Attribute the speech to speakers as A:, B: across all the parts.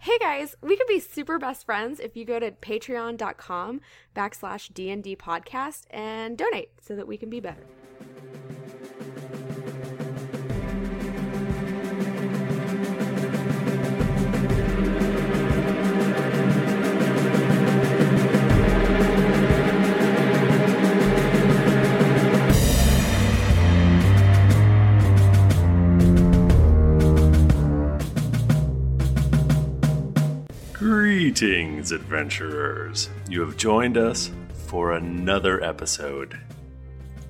A: Hey guys, we could be super best friends if you go to patreon.com backslash DND podcast and donate so that we can be better.
B: Greetings, adventurers. You have joined us for another episode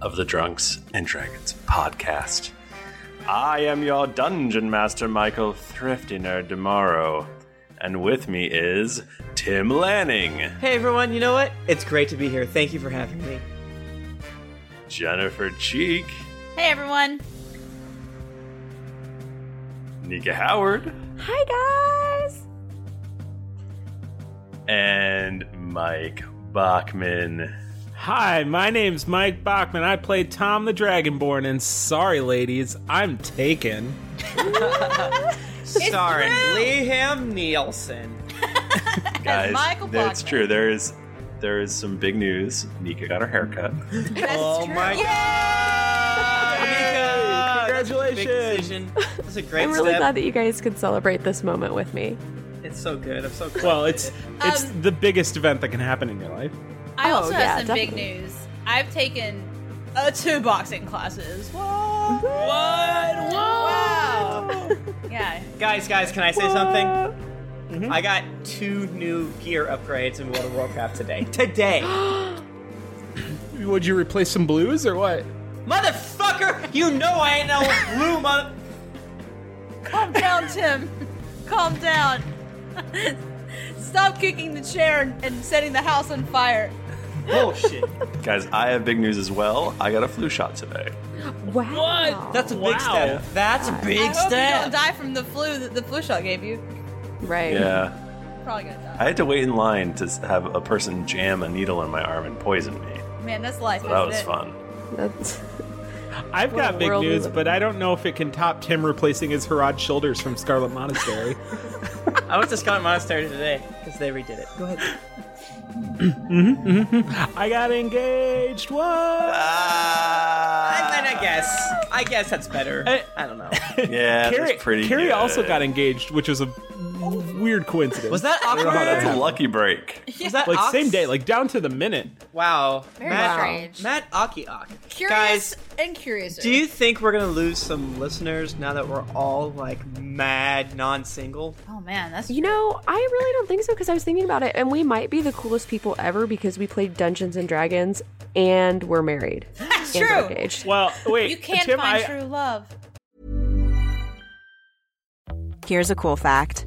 B: of the Drunks and Dragons podcast. I am your dungeon master, Michael Thrifty Nerd Tomorrow, and with me is Tim Lanning,
C: Hey everyone, you know what? It's great to be here. Thank you for having me.
B: Jennifer Cheek,
D: Hey everyone.
B: Nika Howard,
A: Hi guys!
B: and Mike Bachman.
E: Hi, my name's Mike Bachman. I play Tom the Dragonborn, and sorry, ladies, I'm taken.
C: Starring Liam Nielsen.
B: Guys,
D: Michael
B: that's
D: Bachman.
B: true. There is there is some big news. Nika got her haircut.
D: That's
C: oh
D: true.
C: my god! Big
E: Congratulations!
C: decision. That's a great
A: I'm really
C: step.
A: glad that you guys could celebrate this moment with me.
C: It's so good. I'm so glad.
E: Well, it's it's
D: Um,
E: the biggest event that can happen in your life.
D: I
A: Oh,
D: also
A: yeah,
D: have some
A: definitely.
D: big news. I've taken uh, two boxing classes. What? What? Wow. yeah.
C: guys, guys, can I say something? I got two new gear upgrades in World of Warcraft today. Today,
E: Would you replace some blues or what?
C: motherfucker! You know I ain't no blue
D: uh,
C: mother.
D: Calm down, Tim. Calm down. Stop kicking the chair and- and setting the house on fire.
C: Bullshit.
B: Guys, I have big news as well. I got a flu shot today.
A: Wow.
C: That's a big step. That's a
D: I
C: big
D: hope you don't
C: step.
D: die from the flu that the flu shot gave you.
A: right.
B: Yeah.
D: Probably gonna
B: I had to wait in line to s- have a person jam a needle in my arm and poison me.
D: die. Man, that's life.
B: So
D: isn't
B: that was
D: it?
B: fun.
A: That's-
E: I've
A: a
E: got big
A: world we
E: news,
A: live in.
E: but I don't know if it can top Tim replacing his Harad shoulders from Scarlet Monastery.
C: I went to Scott Monastery today because they redid it. Go ahead.
E: Mm-hmm, I got engaged.
C: Ah.
E: What?
C: I, then I guess. I guess that's better.
E: I-
C: I, don't know.
B: Yeah,
E: Carrie,
B: that's pretty.
E: Carrie
B: good.
E: also got engaged, which was a weird coincidence.
C: Was that awkward?
B: Oh, that's a lucky break.
C: Was that
E: like
C: awk-
E: same day, like down to the minute?
C: Wow.
D: Very
C: Matt,
D: strange.
C: Matt Aki Ak.
D: Curious
C: Guys,
D: and curious.
C: do you think we're gonna lose some listeners now that we're all like mad non-single?
D: Oh man, that's
A: You know, I really don't think so because I was thinking about it, and we might be the coolest people ever because we played Dungeons and Dragons and we're married. That's and
D: true.
A: engaged.
E: Well, wait,
D: you can't
E: Tim,
D: find
E: I,
D: true love.
F: Here's a cool fact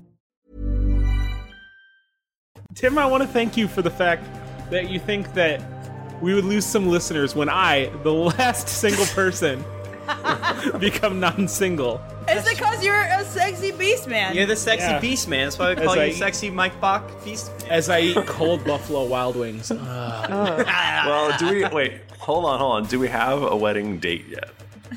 E: Tim, I want to thank you for the fact that you think that we would lose some listeners when I, the last single person, become non-single.
D: Is it because you're a sexy beast man?
C: You're the sexy beast man. That's why we
E: As
C: call
E: I
C: you
E: eat-
C: sexy Mike Bach Beast. Man.
E: As I eat cold Buffalo Wild Wings.
B: well, do we wait? Hold on, hold on. Do we have a wedding date yet?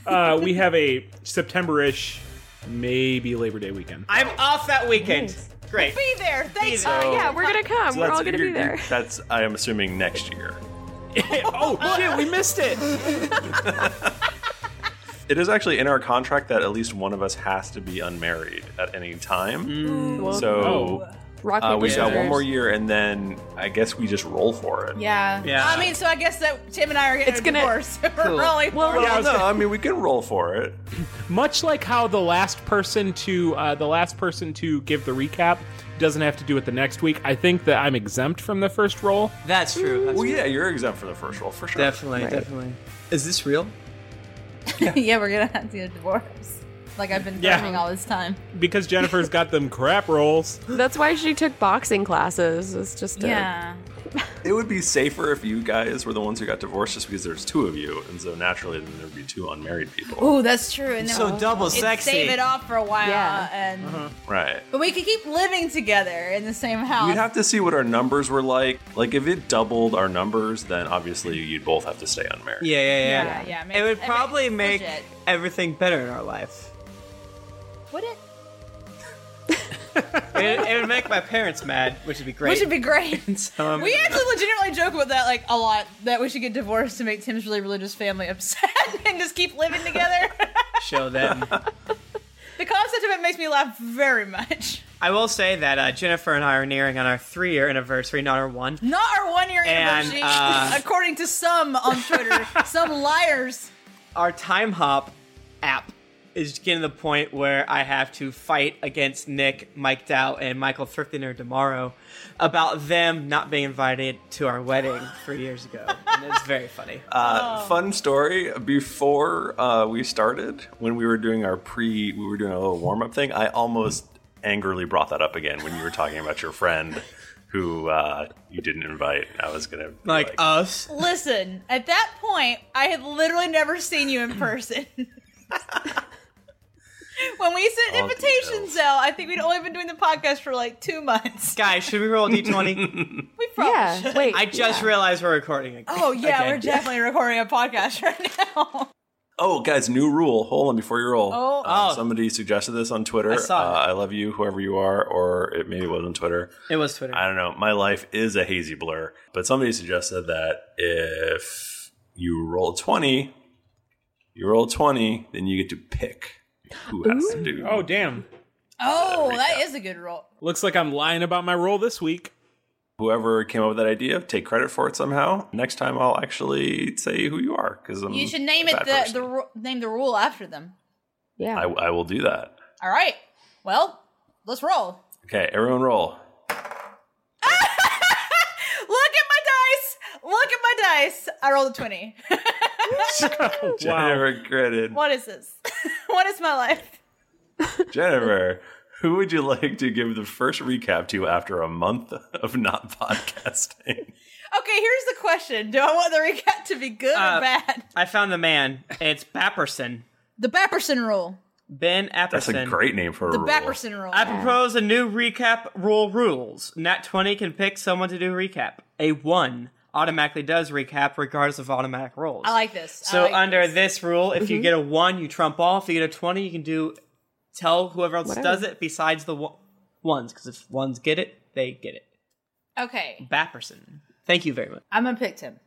E: Uh, we have a September-ish, maybe Labor Day weekend.
C: I'm off that weekend. Great.
D: Be there. Thanks.
A: Oh, yeah, we're gonna come.
B: So
A: we're
B: that's-
A: all gonna be
B: you're-
A: there.
B: you're- That's I am assuming next year.
E: oh shit, we missed it.
B: It is actually in our contract that at least one of us has to be unmarried at any time.
A: Mm.
B: So
A: Rock,
B: uh,
A: paper,
B: we got one
A: scissors.
B: more year, and then I guess we just roll for it.
D: Yeah.
C: Yeah.
D: I mean, so I guess that Tim and I are getting
A: It's
D: a
A: gonna-
D: divorce. We're really
B: Well,
E: Yeah, I was
B: no,
E: gonna-
B: I mean we can roll for it.
E: Much like how the last person to uh, the last person to give the recap doesn't have to do it the next week. I think that I'm exempt from the first roll.
C: That's true. That's
B: Well,
C: true.
B: yeah, you're exempt for the first roll for sure.
C: Definitely, definitely. Is this real?
D: yeah, we're gonna have to get a divorce. Like I've been
E: Yeah.
D: threatening all this time.
E: Because Jennifer's got them crap rolls.
A: That's why she took boxing classes. It's just to-
D: Yeah.
B: It would be safer if you guys were the ones who got divorced, just because there's two of you, and so naturally then there'd be two unmarried people.
D: Oh, that's true. And then
C: So
D: we'll-
C: double
D: it's
C: sexy.
D: Save it off for a while,
A: Yeah.
D: and
E: Uh-huh.
B: Right.
D: but we could keep living together in the same house.
B: We'd have to see what our numbers were like. Like if it doubled our numbers, then obviously you'd both have to stay unmarried.
C: Yeah, yeah, yeah.
D: Yeah, yeah, it
C: it
D: makes-
C: would
D: it
C: probably make
D: makes legit.
C: everything better in our life.
D: Would it?
C: It, it would make my parents mad, which would be great.
D: Which would be great.
C: So, um,
D: We actually legitimately joke about that like a lot. That we should get divorced to make Tim's really religious family upset and just keep living together.
C: show them.
D: the concept of it makes me laugh very much.
C: I will say that uh, Jennifer and I are nearing on our three-year anniversary, not our one.
D: Not our one year
C: And,
D: anniversary,
C: uh,
D: according to some on Twitter, some liars.
C: Our time hop app is getting to the point where I have to fight against Nick, Mike Dow, and Michael Thriftener tomorrow about them not being invited to our wedding three years ago. And it's very funny.
B: Uh,
A: Oh.
C: Oh.
B: Fun story. Before uh, we started, when we were doing our pre, we were doing a little warm up thing. I almost angrily brought that up again when you were talking about your friend who uh, you didn't invite. I was gonna be
C: like us.
D: Listen, at that point, I had literally never seen you in person. when we sent
B: All
D: invitations
B: details.
D: out, I think we'd only been doing the podcast for like two months.
C: Guys, should we roll a d20?
D: We probably
A: Yeah,
D: should.
A: Wait.
C: I just realized we're recording again.
D: Oh yeah,
C: Okay.
D: we're definitely recording a podcast right now.
B: Oh, guys, new rule. Hold on before you roll.
D: Oh.
B: Um,
C: Oh.
B: Somebody suggested this on Twitter.
C: I saw
B: uh,
C: it.
B: I love you, whoever you are, or it maybe was on Twitter.
C: It was Twitter.
B: I don't know. My life is a hazy blur, but somebody suggested that if you roll 20, you roll 20, then you get to pick who has to do.
E: Oh damn.
D: Oh, that is a good roll.
E: Looks like I'm lying about my roll this week.
B: Whoever came up with that idea, take credit for it somehow. Next time I'll actually say who you are because
D: You should name it the, the ru- name the rule after them.
A: yeah.
B: I, I will do that.
D: All right. Well, let's roll.
B: Okay, everyone roll.
D: Look at my dice. Look at my dice. I rolled a twenty.
E: Oh,
B: Jennifer regretted.
D: what is this? what is my life?
B: Jennifer, who would you like to give the first recap to after a month of not podcasting?
D: Okay, here's the question: Do I want the recap to be good
C: Uh,
D: or bad?
C: I found the man. It's Bapperson.
D: The Bapperson rule.
C: Ben Apperson.
B: That's a great name for a
D: The
B: rule.
D: Bapperson rule.
C: I propose a new recap rule rules. Nat 20 can pick someone to do recap. A 1 automatically does recap regardless of automatic rolls.
D: I like this. Mm-hmm. I
C: So
D: like
C: under this, rule, if you get a 1, you trump all. If you get a 20, you can do tell whoever else does it besides the one- ones because if ones get it, they get it.
D: Okay,
C: Bapperson. Thank you very much.
D: I'm gonna pick Tim.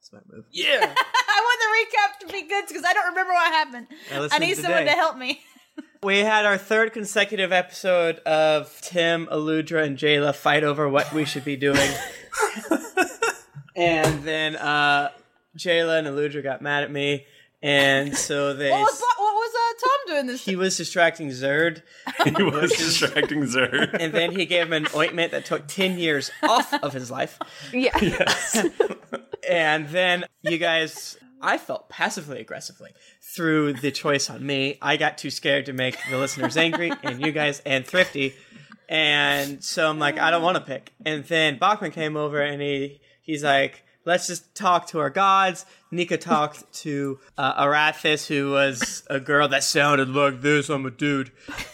C: That's my move.
B: Yeah.
D: I want the recap to be good because I don't remember what happened.
C: I
D: I
C: listened
D: need someone to
C: today.
D: help me.
C: We had our third consecutive episode of Tim, Aludra, and Jayla fight over what we should be doing. and then uh, Jayla and Aludra got mad at me, and so they.
D: What was, what was uh, Tom doing this.
C: He was distracting Zerd.
B: he was distracting Zerd.
C: And then he gave him an ointment that took 10 years off of his life.
A: Yeah.
C: And then you guys, I felt passively aggressively through the choice on me. I got too scared to make the listeners angry and you guys and thrifty. And so I'm like, I don't want to pick. And then Bachman came over and he he's like, let's just talk to our gods. Nika talked to uh, Arathis, who was a girl that sounded like this. I'm a dude,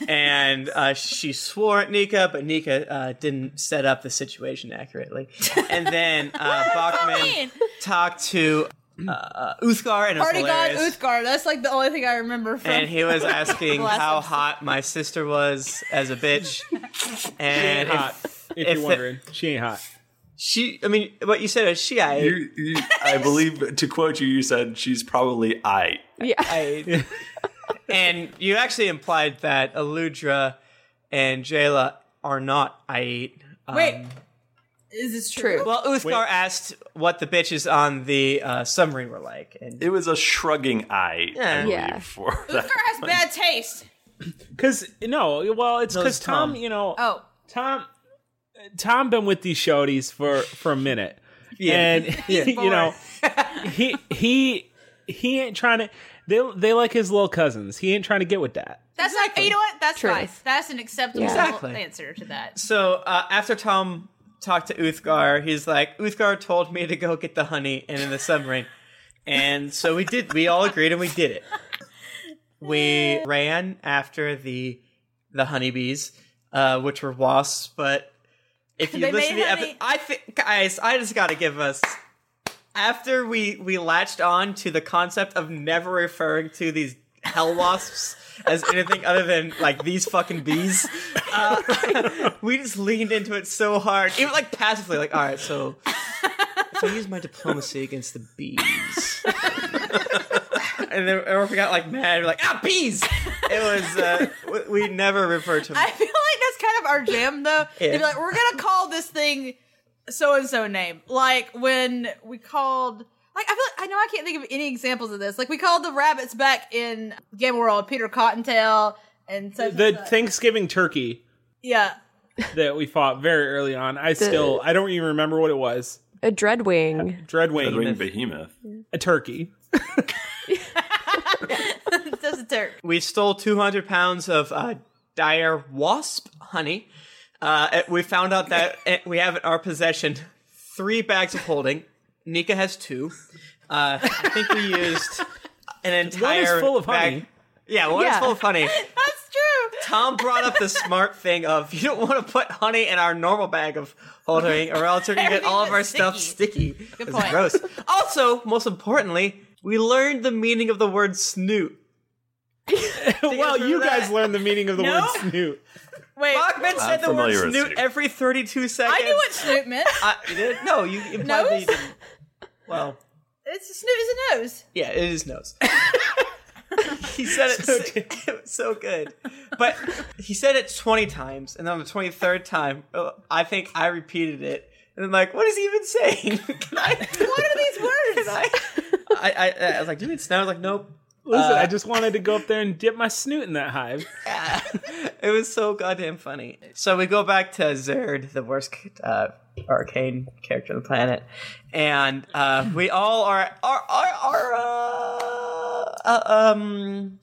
C: and uh, she swore at Nika, but Nika uh, didn't set up the situation accurately. And then uh, Bachman talked to uh, uh, Uthgar, and it was
D: Party god
C: hilarious.
D: Uthgar. That's like the only thing I remember from.
C: And he was asking
D: Bless
C: how
D: him.
C: hot my sister was as a bitch,
E: Ain't
C: and
E: hot,
C: if-
E: if,
C: if
E: you're
C: the-
E: wondering. she ain't hot.
C: she. I mean, what you said is she. I.
B: You, you, I believe, to quote you, you said she's probably I.
C: I- and you actually implied that Aludra and Jayla are not Ait. Um,
D: Wait, is this true?
A: True.
C: Well, Uthgar asked what the bitches on the uh, submarine were like, and
B: It was a shrugging I. I believe,
A: Yeah.
B: For
D: Uthgar
B: that.
D: has bad taste.
E: Cause no, well, it's
C: No,
E: because
C: it's
E: Tom,
C: Tom.
E: you know,
D: Oh,
E: Tom, Tom been with these shorties for for a minute, and you know, he he he ain't trying to. They they like his little cousins. He ain't trying to get with that.
D: that's like you know what? That's
A: True.
D: nice. That's an acceptable
C: Exactly.
D: answer to that.
C: so uh, after Tom talked to Uthgar, he's like, Uthgar told me to go get the honey and in the submarine, and so we did. We all agreed, and we did it. We ran after the the honeybees, uh, which were wasps, but. If you
D: They
C: listen to
D: made
C: the
D: honey.
C: episode, I think, guys, I just gotta give us after we we latched on to the concept of never referring to these hell wasps as anything other than like these fucking bees uh, we just leaned into it so hard even like passively like all right so so i use my diplomacy against the bees and then everyone got like mad we're like ah bees it was uh, we- we never referred to them
D: I feel like that's kind of our jam, though. They'd be like, we're gonna call this thing so and so name. Like when we called, like I feel like I know I can't think of any examples of this. Like we called the rabbits back in Game World Peter Cottontail and so
E: The Thanksgiving turkey
D: yeah.
E: that we fought very early on. I still I don't even remember what it was.
A: A dreadwing.
E: Dreadwing,
B: Red-winged behemoth.
E: a turkey.
D: That's a Turk.
C: we stole 200 pounds of uh, dire wasp honey. Uh, and we found out that uh, we have in our possession three bags of holding. Nika has two. Uh, I think we used an
E: One
C: entire
E: is full of
C: bag-
E: honey.
C: Yeah, one is
A: Yeah.
C: full of honey.
D: That's true.
C: Tom brought up the smart thing of you don't want to put honey in our normal bag of holding, or else you're gonna get all of our stuff sticky. Good
D: point.
C: Gross. Also, most importantly, we learned the meaning of the word snoot.
E: well, you
C: that.
E: guys learned the meaning of the
C: No?
E: word snoot.
D: Wait,
C: Bachman said the word
B: familiar with
C: snoot
B: Snoot.
C: every 32 seconds.
D: I knew what snoot meant.
C: I, you did? No, you implied that
D: Nose?
C: you didn't. Well,
D: It's a snoot is a nose.
C: yeah, it is nose. he said it so, it was so good. But he said it 20 times, and on the 23rd time, uh, I think I repeated it. And I'm like, what is he even saying? Can I, what
D: are these words?
C: I, I, I, I was like, do it snow? I was like, nope. Uh,
E: Listen, I just wanted to go up there and dip my snoot in that hive.
C: It was so goddamn funny. So we go back to Zerd, the worst uh, arcane character on the planet, and uh, we all are are are, are uh, uh, um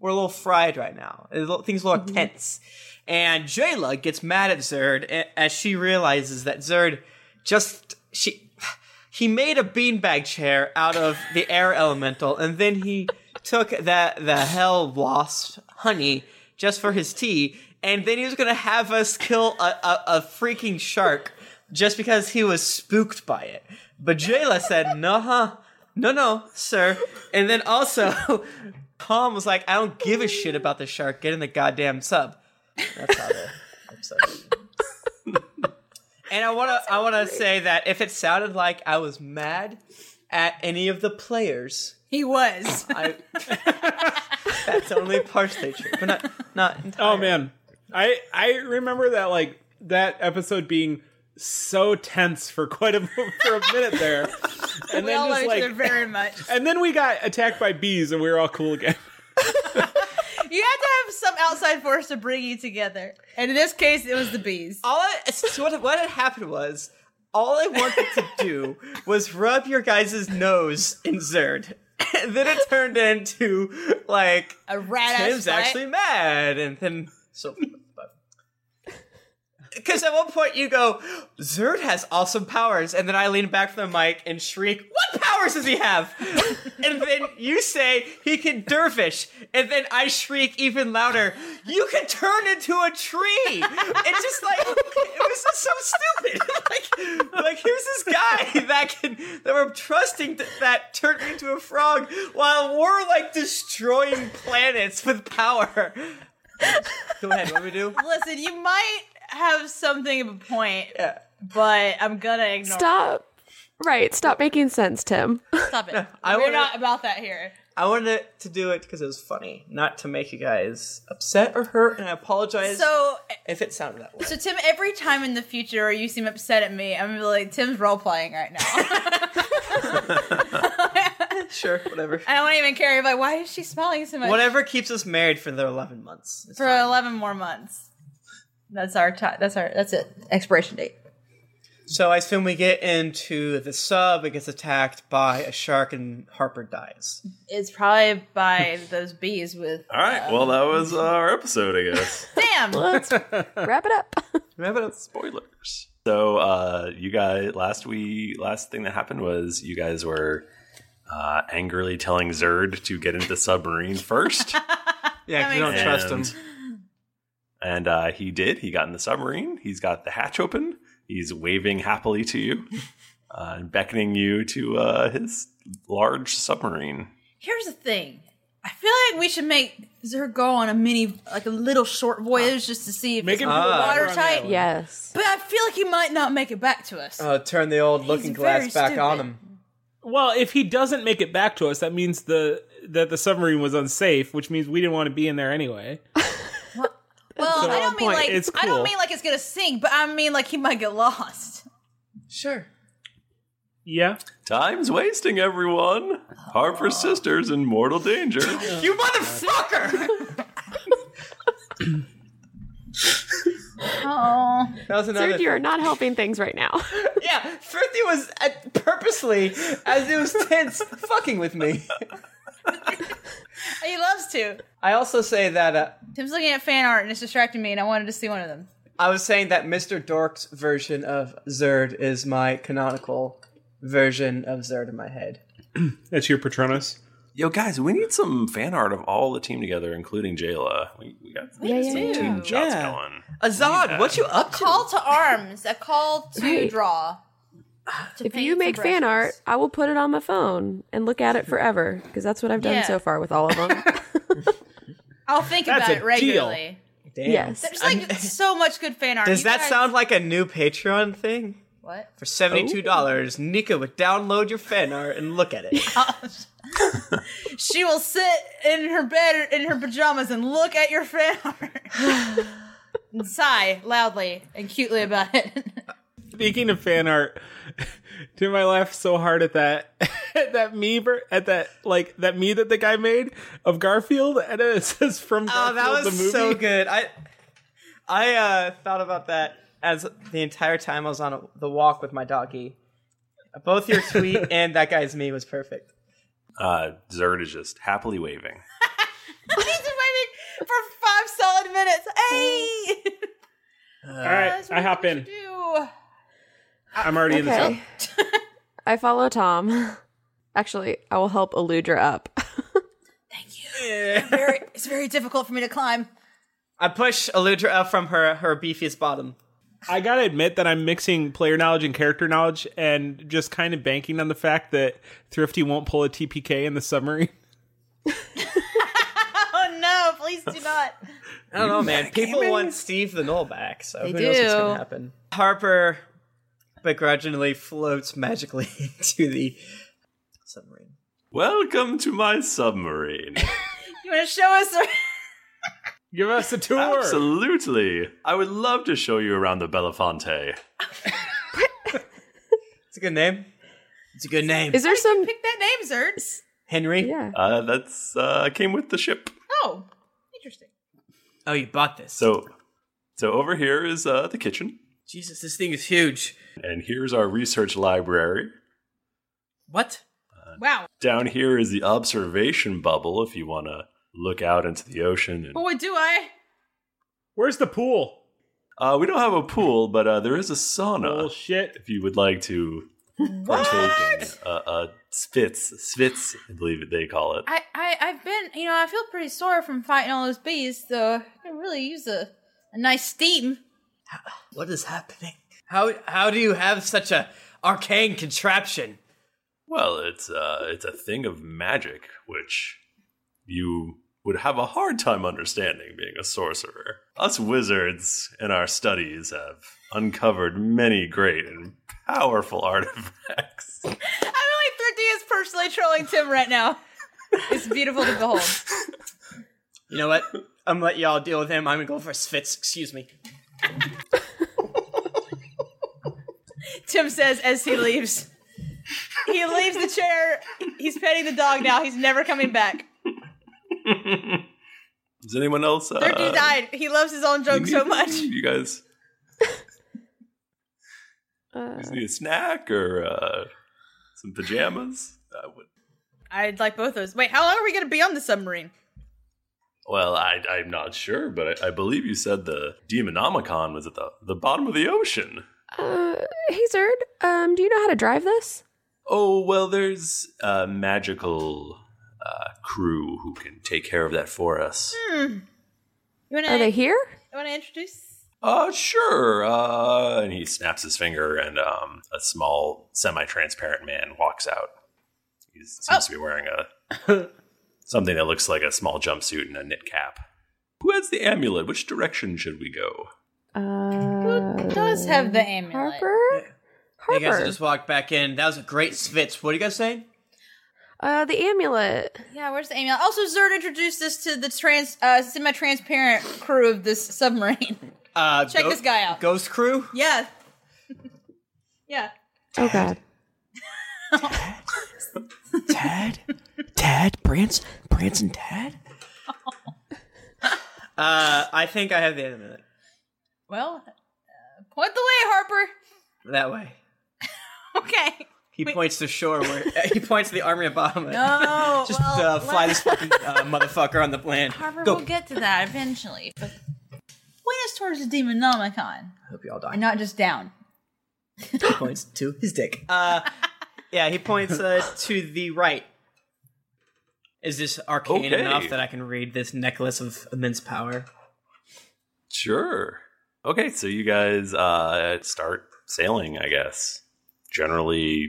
C: we're a little fried right now. It's a little- Things look tense, and Jayla gets mad at Zerd a- as she realizes that Zerd just she he made a beanbag chair out of the air elemental, and then he took that the hell wasp honey just for his tea, and then he was gonna have us kill a, a, a freaking shark just because he was spooked by it. But Jayla said, "No, huh? No, no, sir." And then also, Tom was like, "I don't give a shit about the shark. Get in the goddamn sub." That's how the episode. And I want to I want to say that if it sounded like I was mad at any of the players,
D: He was.
C: I that's only partially true, but not not entirely.
E: Oh man, I I remember that like that episode being so tense for quite a for a minute there, and
D: we all love
E: then just
D: each
E: like
D: other very much.
E: and then we got attacked by bees and we were all cool again.
D: You some outside force to bring you together. And in this case, it was the bees.
C: All I, so what, what had happened was all I wanted to do was rub your guys' nose in Zerd. And then it turned into like
D: a rat
C: Tim's actually mad, and then so. Because at one point you go, Zerd has awesome powers, and then I lean back from the mic and shriek, "What powers does he have?" and then you say he can dervish, and then I shriek even louder, "You can turn into a tree!" It's just like it was just so stupid. like, like here's this guy that can that we're trusting to, that turned into a frog, while we're like destroying planets with power. go ahead, what do we do?
D: Listen, you might have something of a point, but I'm gonna ignore.
A: Stop. Right. Stop making sense, Tim.
D: it. Stop it.
C: I
D: We're
C: wanna-
D: not about that here.
C: I wanted to do it because it was funny, not to make you guys upset or hurt, and I apologize
D: So,
C: if it sounded that way.
D: so Tim, every time in the future you seem upset at me, I'm gonna be like, Tim's role playing right now.
C: sure, whatever.
D: I don't even care. Like, why is she smiling so much?
C: Whatever keeps us married for the 11 months.
D: For eleven more months. That's our time. That's our. That's it. Expiration date.
C: So I assume we get into the sub, it gets attacked by a shark, and Harper dies.
D: It's probably by those bees with.
B: All right. Well, that was our episode, I guess.
D: Damn.
A: Let's wrap it up.
C: Wrap it up.
B: Spoilers. So, uh, you guys, last we last thing that happened was you guys were uh, angrily telling Zerd to get into the submarine first.
C: Yeah,
D: 'cause we That
B: makes don't sense. trust And uh, he did. He got in the submarine. He's got the hatch open. He's waving happily to you uh, and beckoning you to uh, his large submarine.
D: Here's the thing. I feel like we should make Zer go on a mini, like a little short voyage, just to see if
E: Make
D: it's
E: him do a
C: Ah.
E: water on that
D: watertight.
E: one.
A: Yes.
D: But I feel like he might not make it back to us.
C: Uh, turn the old looking glass
D: very
C: back on
D: stupid.
C: him.
E: Well, if he doesn't make it back to us, that means the that the submarine was unsafe, which means we didn't want to be in there anyway.
D: well,
E: so
D: I don't
E: on
D: mean
E: point.
D: like
E: It's
D: I
E: cool.
D: don't mean like it's gonna sink, but I mean like he might get lost.
C: Sure.
E: Yeah.
B: Time's wasting, everyone. Harper's sister's in mortal danger.
C: You motherfucker!
D: Oh,
C: that was another.
A: Third, you are not helping things right now.
C: Yeah, Thrifty was uh, purposely, as it was tense, fucking with me.
D: he loves to.
C: I also say that uh,
D: Tim's looking at fan art and it's distracting me, and I wanted to see one of them.
C: I was saying that Mr. Dork's version of Zerd is my canonical version of Zerd in my head.
E: That's your Patronus.
B: Yo, guys, we need some fan art of all the team together, including Jayla. We, we got some team shots
C: Yeah.
B: going.
C: Azad, what you up to?
D: Call to arms. A call to
A: Right.
D: draw. To
A: If
D: paint
A: you make fan
D: brushes.
A: art, I will put it on my phone and look at it forever because that's what I've done
D: Yeah.
A: so far with all of them.
D: I'll think about
E: That's a
D: it
E: deal.
D: regularly.
C: Damn.
A: yes.
D: There's like so much good fan art.
C: Does
D: You
C: that
D: guys-
C: sound like a new Patreon thing?
D: what? Oh.
C: For seventy-two dollars, Nika would download your fan art and look at it.
D: She will sit in her bed in her pajamas and look at your fan art. and sigh loudly and cutely about it.
E: Speaking of fan art, Tim, I laughed so hard at that at that me ver- at that like that me that the guy made of Garfield, and it says from
C: Oh,
E: Garfield
C: that
E: the
C: was
E: movie.
C: so good. I I uh, thought about that as the entire time I was on the walk with my doggy. Both your tweet and that guy's me was perfect.
B: Uh, Zerd is just happily waving.
D: He's been waiting for five solid minutes. Hey,
E: All right,
D: That's
E: I
D: what
E: hop
D: we
E: in.
D: do.
E: I'm already in the
A: Okay.
E: sub.
A: I follow Tom. Actually, I will help Eludra up.
D: Very, it's very difficult for me to climb.
C: I push Aludra up from her her beefiest bottom.
E: I gotta admit that I'm mixing player knowledge and character knowledge, and just kind of banking on the fact that Thrifty won't pull a TPK in the submarine.
D: Oh no! Please do not.
C: I don't know, Oh, man. People want Steve the Knoll back, so who knows what's
D: do.
C: gonna happen. Harper begrudgingly floats magically into the submarine.
B: Welcome to my submarine.
D: You want to show us? the-
E: Give us a tour.
B: Absolutely. I would love to show you around the Belafonte.
C: It's a good name. It's a good name.
A: Is there some?
D: Pick that name, Zerds.
C: Henry.
A: Yeah.
B: Uh, that's uh, came with the ship.
D: Oh, interesting.
C: Oh, you bought this.
B: So, so over here is uh, the kitchen,
C: Jesus, this thing is huge.
B: and here's our research library.
C: What?
D: Wow.
B: Down here is the observation bubble if you want to look out into the ocean. And,
D: Boy, do I.
E: Where's the pool?
B: uh, we don't have a pool, but uh, there is a sauna.
E: Bullshit.
B: If you would like to partake in uh, uh, spitz, spitz, I believe they call it.
D: I, I, I've been, you know, I feel pretty sore from fighting all those bees, so I could really use a, a nice steam.
C: What is happening? How how do you have such a arcane contraption?
B: Well, it's uh, it's a thing of magic which you would have a hard time understanding being a sorcerer. Us wizards in our studies have uncovered many great and powerful artifacts.
D: I feel like Thrifty is personally trolling Tim right now. It's beautiful to behold.
C: You know what? I'm gonna let y'all deal with him. I'm gonna go for Spitz. Excuse me.
D: Tim says as he leaves. He leaves the chair. He's petting the dog now. He's never coming back.
B: Does anyone else? Uh,
D: Thrifty died. He loves his own joke
B: need-
D: so much.
B: You guys
D: Uh,
B: guys need a snack or uh, some pajamas? I would.
D: I'd like both those. Wait, how long are we going to be on the submarine?
B: Well, I, I'm not sure, but I, I believe you said the Demonomicon was at the, the bottom of the ocean.
A: Uh, hey Zerd, um, do you know how to drive this?
B: Oh, well, there's a magical uh, crew who can take care of that for us.
D: Hmm. You want
A: Are they
D: to
A: here?
D: want to introduce?
B: Uh, sure. Uh, and he snaps his finger, and um, a small, semi transparent man walks out. He seems to be wearing a something that looks like a small jumpsuit and a knit cap. Who has the amulet? Which direction should we go?
A: Uh,
D: Does have the amulet?
A: Harper?
C: You guys
A: Harper.
C: just walked back in. That was a great Spitz. What are you guys saying?
A: Uh, the amulet.
D: Yeah, where's the amulet? Also, Zerd introduced us to the trans uh, semi-transparent crew of this submarine.
C: Uh,
D: Check this guy out.
C: Ghost crew.
D: yeah. yeah.
A: Oh god.
C: Tad, Tad, Branson, Branson, Tad. uh, I think I have the amulet.
D: Well, uh, point the way, Harper.
C: That way.
D: Okay.
C: He points to shore where he points to the army of Bahamut.
D: No,
C: just
D: well,
C: uh, fly
D: let-
C: this fucking uh, motherfucker on the plane.
D: Harper,
C: Go.
D: we'll get to that eventually. But point us towards the Demonomicon,
C: Hope you all die.
D: and not just down.
C: He points to his dick. Uh, yeah, he points uh, to the right. Is this arcane
B: Okay.
C: enough that I can read this necklace of immense power?
B: Sure. Okay, so you guys uh, start sailing, I guess. Generally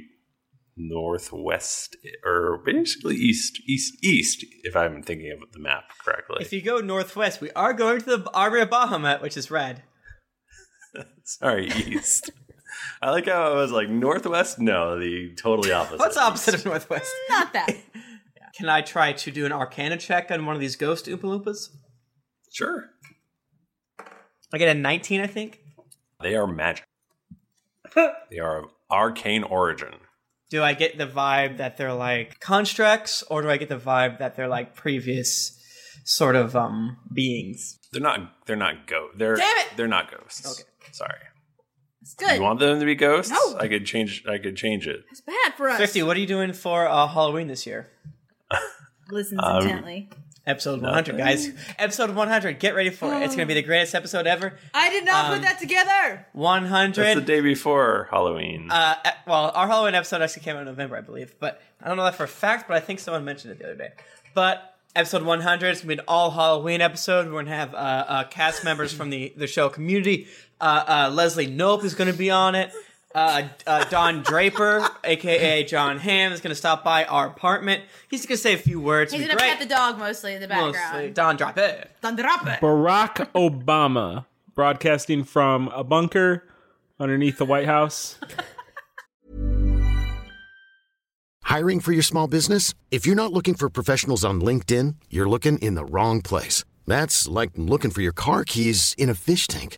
B: northwest or basically east, east, east. If I'm thinking of the map correctly.
C: If you go northwest, we are going to the army of Bahamut, which is rad.
B: Sorry, east. I like how I was like northwest. No, the totally opposite.
C: What's opposite of northwest?
D: Not that.
C: Can I try to do an arcana check on one of these ghost Oompa Loompas?
B: Sure,
C: I get a 19, I think.
B: they are magic. they are of arcane origin.
C: Do I get the vibe that they're like constructs, or do I get the vibe that they're like previous sort of um beings?
B: They're not. They're not go. They're.
D: Damn it!
B: They're not ghosts. Okay. Sorry.
D: It's good.
B: You want them to be ghosts?
D: No.
B: I could change. I could change it.
D: it's bad for us.
C: Fifty. What are you doing for uh, Halloween this year?
D: Listens intently.
C: Episode 100, guys. Episode 100. Get ready for it. It's going to be the greatest episode ever.
D: I did not
C: Um,
D: put that together.
B: That's the
C: 100.
B: day before Halloween.
C: Uh, e- well, our Halloween episode actually came out in November, I believe, but I don't know that for a fact. But I think someone mentioned it the other day. But episode 100 is going to be an all Halloween episode. We're going to have uh, uh, cast members from the the show community. Uh, uh, Leslie Nope is going to be on it. Uh, uh, Don Draper, aka John Hamm, is going to stop by our apartment. He's going to say a few words.
D: He's gonna
C: It'll be
D: pet the
C: great.
D: dog mostly in the
C: Mostly.
D: background.
C: Don Draper.
D: Thunderapa.
E: Barack Obama broadcasting from a bunker underneath the White House.
G: Hiring for your small business? If you're not looking for professionals on LinkedIn, you're looking in the wrong place. That's like looking for your car keys in a fish tank.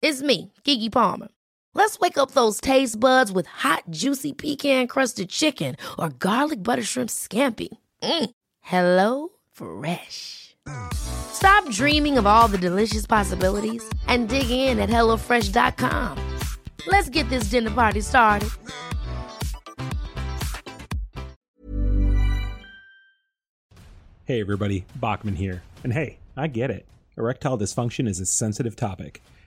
H: It's me, Kiki Palmer. Let's wake up those taste buds with hot, juicy pecan crusted chicken or garlic butter shrimp scampi. Mm. Hello Fresh. Stop dreaming of all the delicious possibilities and dig in at HelloFresh.com. Let's get this dinner party started.
C: Oh
E: Hey, everybody, Bachman here. And hey, I get it. Erectile dysfunction is a sensitive topic,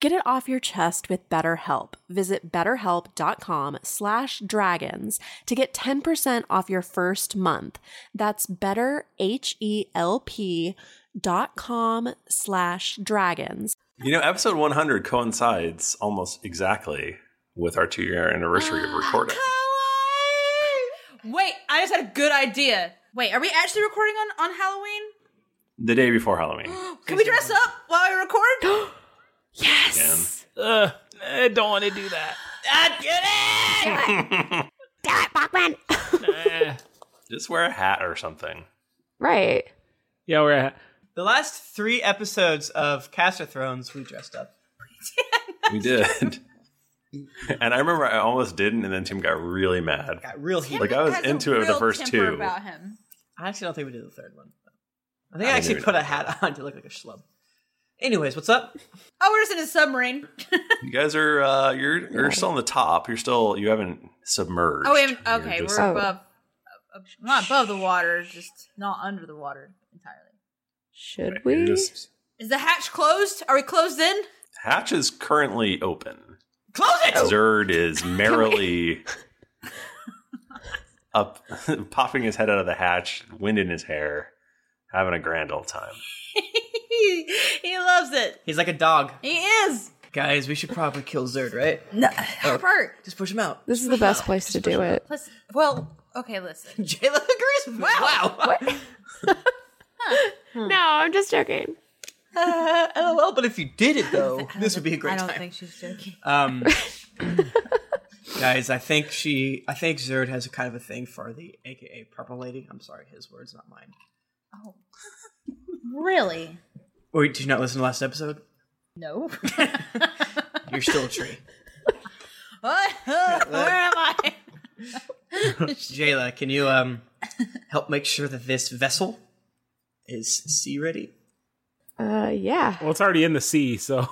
A: Get it off your chest with BetterHelp. Visit betterhelp.com slash dragons to get 10% off your first month. That's betterhelp.com slash dragons.
B: You know, episode 100 coincides almost exactly with our two year anniversary
C: Uh,
B: of recording.
D: Wait, I just had a good idea. Wait, are we actually recording on, on Halloween?
B: The day before Halloween.
D: Can we dress up while we record?
B: yes!
I: Ugh, I
B: Eh,
I: don't want to do that.
D: I did it!
A: Bachman!
B: Just wear a hat or something.
A: Right.
I: Yeah, we're at.
C: The last three episodes of Caster Thrones, we dressed up.
B: We did. and I remember I almost didn't, and then Tim got really mad.
C: Got real heated.
B: Like, I was into it with the first two.
D: him.
C: I actually don't think we did the third one. I think I,
B: I
C: actually
B: didn't
C: put a hat on to look like a schlub. Anyways, what's up?
D: Oh, we're just in a submarine.
B: You guys are, uh, you're, you're still on the top. You're still, you haven't submerged.
D: Oh, we haven't- okay,
B: just-
D: we're
B: Oh.
D: above, ab- not above the water, just not under the water entirely.
A: Should
B: we? Just,
D: Is the hatch closed? Are we closed in?
B: hatch is currently open.
D: Close it!
B: Zerd is merrily up, popping his head out of the hatch, wind in his hair, having a grand old time.
D: he loves it.
C: He's like a dog.
D: He is.
C: Guys, we should probably kill Zerd, right?
D: No, Harper.
C: Just push him out.
A: This is the best place to do it.
D: Plus, well, okay, listen. Jayla agrees with me. Wow.
A: No, I'm just joking.
C: Uh, LOL, but if you did it though, this would be a
D: I
C: great
D: don't
C: time.
D: think she's joking.
C: Um, guys, I think she, I think Zerd has a kind of a thing for the AKA purple lady. I'm sorry, his words, not mine.
D: Oh. Really?
C: Or did you not listen to last episode?
D: No.
C: You're still a tree.
D: What? Where am I?
C: Jayla, can you um help make sure that this vessel is sea ready?
J: Uh, yeah.
E: Well, it's already in the sea, so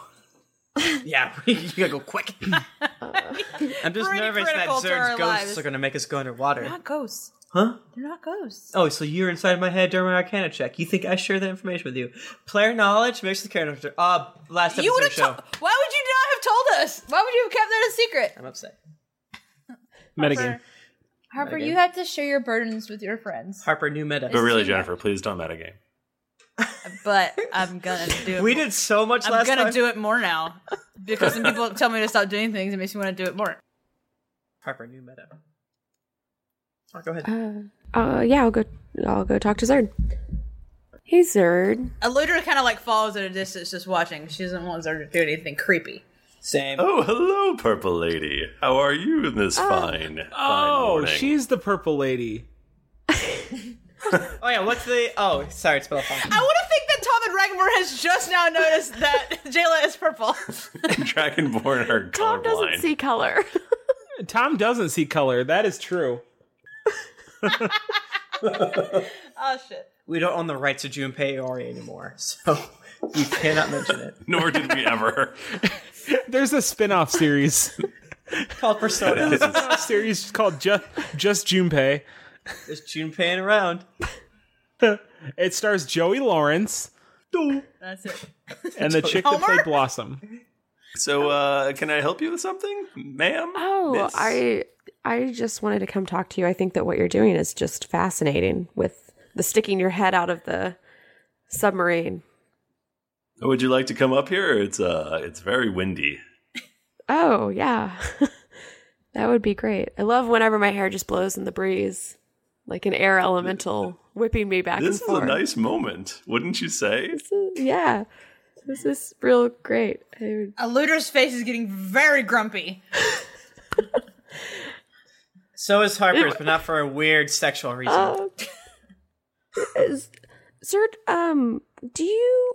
C: yeah, you gotta go quick. I'm just
D: Pretty
C: nervous that
D: critical to our
C: Zerd's ghosts
D: lives.
C: are gonna make us go
D: They're
C: underwater.
D: not ghosts.
C: Huh?
D: They're not ghosts.
C: Oh, so you're inside my head during my Arcana check. You think I share that information with you? Player knowledge makes the character. Ah, last
D: You
C: episode
D: would've
C: show.
D: Why would you not have told us? Why would you have kept that a secret?
C: I'm upset.
E: Metagame.
D: Harper,
C: Megan.
D: you have to share your burdens with your friends.
C: Harper, new meta.
B: But really, Jennifer, please don't metagame.
D: But I'm gonna do it.
C: We did so much
D: I'm
C: last
D: gonna
C: time.
D: do it more now. Because when people tell me to stop doing things, it makes me want to do it more.
C: Harper, new meta. Oh, go ahead.
J: Uh, uh, yeah, I'll go. I'll go talk to Zerd. Hey, Zerd.
D: Eludra kind of like falls at a distance just watching. She doesn't want Zer to do anything creepy.
C: Same.
B: Oh, hello, purple lady. How are you in
J: Ah.
B: this fine, fine
E: Oh,
B: morning?
E: she's the purple lady.
C: Oh yeah, what's the? Oh, sorry, it's spelled fine.
D: I want to think that Tom and Ragmore has just now noticed that Jayla is purple.
B: Dragonborn are
E: Tom
B: doesn't colorblind. see
J: color.
E: Tom doesn't see color. That is true.
D: Oh shit.
C: We don't own the rights of Junpei Iori anymore, so you cannot mention it.
B: Nor did we ever.
E: There's a spin-off series.
C: called Persona.
E: There's a spin-off series called Just Just Junpei.
C: There's Junpei around.
E: it stars Joey Lawrence
D: That's it.
E: and the chick that played Blossom.
B: So, uh, can I help you with something, ma'am?
J: Oh,
B: Miss?
J: I I just wanted to come talk to you. I think that what you're doing is just fascinating with the sticking your head out of the submarine.
B: Would you like to come up here? It's uh, it's very windy.
J: Oh, yeah. that would be great. I love whenever my hair just blows in the breeze, like an air elemental whipping me back
B: this is
J: and forth.
B: a nice moment, wouldn't you say?
J: yeah. This is real great. I would-
D: Eluder's face is getting very grumpy.
C: So is Harper's, but not for a weird sexual reason.
J: Uh, is- Sir, um, do you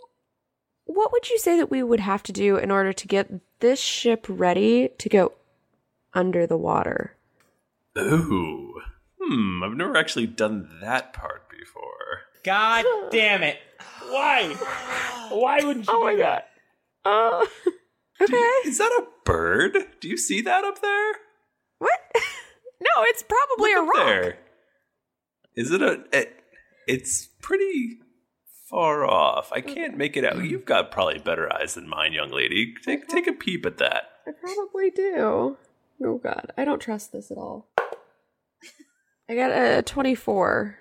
J: what would you say that we would have to do in order to get this ship ready to go under the water?
B: Ooh, hmm. I've never actually done that part before.
C: God damn it!
E: Why? Why wouldn't you
J: oh my God. Oh. okay.
B: Is that a bird? Do you see that up there?
J: What? no, it's probably a rock.
B: There. Is it a? It, it's pretty far off. I can't make it out.
J: Mm-hmm.
B: You've got probably better eyes than mine, young lady. Take take a peep at that.
J: I probably do. Oh god, I don't trust this at all. I got a 24.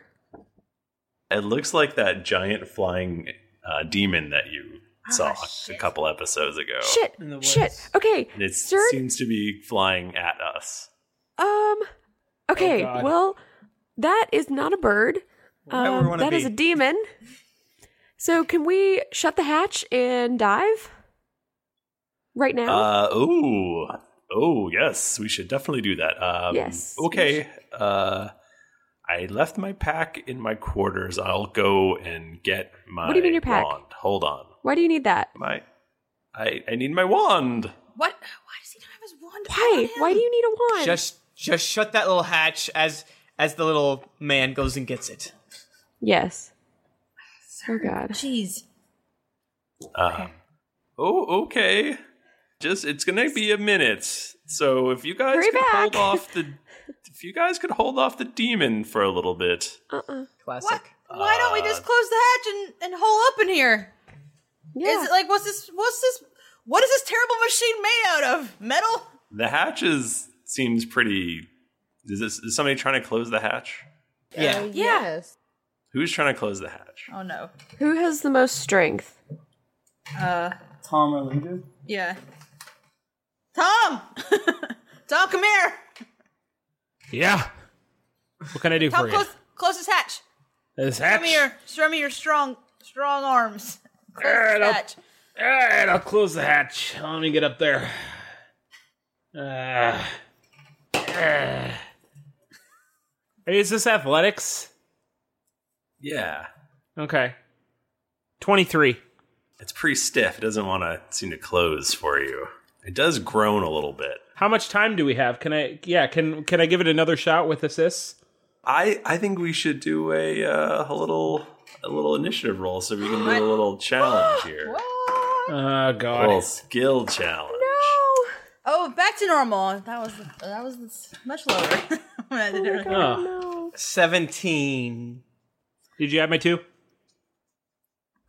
B: It looks like that giant flying uh, demon that you saw a couple episodes ago.
J: Ah, Shit. Shit. Okay.
B: And It
J: Sir,
B: seems to be flying at us.
J: um okay,
B: Oh, God.
J: well that is not a bird.
B: Why would we
J: Um,
B: wanna
J: that is
B: be?
J: a demon. So can we shut the hatch and dive? Right now?
B: Uh, ooh. Oh, yes. We should definitely do that. Um,
J: Yes, we
B: Okay. Uh, I left my pack in my quarters. I'll go and get my
J: What do you mean your pack?
B: wand. Hold on.
J: Why do you need that?
B: My I, I need my wand.
D: What? Why does he not have his wand?
J: Why? Why do you need a wand?
C: Just, just shut that little hatch as as the little man goes and gets it.
J: Yes. Oh god.
D: Jeez.
B: Uh, oh, okay. Just it's gonna be a minute. So if you guys
J: Hurry
B: could hold
J: back.
B: off the if you guys could hold off the demon for a little bit.
J: Uh-uh.
C: Classic.
D: Why don't we just
E: Uh,
D: close the hatch and, and hole up in here?
J: Yeah.
D: Is it like what's this? What's this? What is this terrible machine made out of? Metal?
B: The hatch is seems pretty is this is somebody trying to close the hatch?
C: Yeah.
D: yes.
B: Who's trying to close the hatch?
D: Oh no.
J: Who has the most strength?
D: Uh.
C: Tom or Linda?
D: Yeah. Tom. Tom, come here.
E: Yeah. What can I do
D: Tom,
E: for you?
D: close close this hatch.
E: This
D: Show me
E: hatch.
D: your show me your strong strong arms. Close
E: Alright,
D: this
E: I'll-
D: hatch.
E: All right, I'll close the hatch. Let me get up there. Uh, uh. Is this athletics?
B: Yeah.
E: Okay. 23.
B: It's pretty stiff. It doesn't want to seem to close for you. It does groan a little bit.
E: How much time do we have? Can I? Yeah, can can I give it another shot with assists?
B: I I think we should do a uh, a little a little initiative roll so we can do a little challenge here.
E: Oh
B: A
E: god.
B: little skill challenge.
D: Oh, back to normal. That was that was much lower. I didn't really-
C: Seventeen.
E: Did you have my two?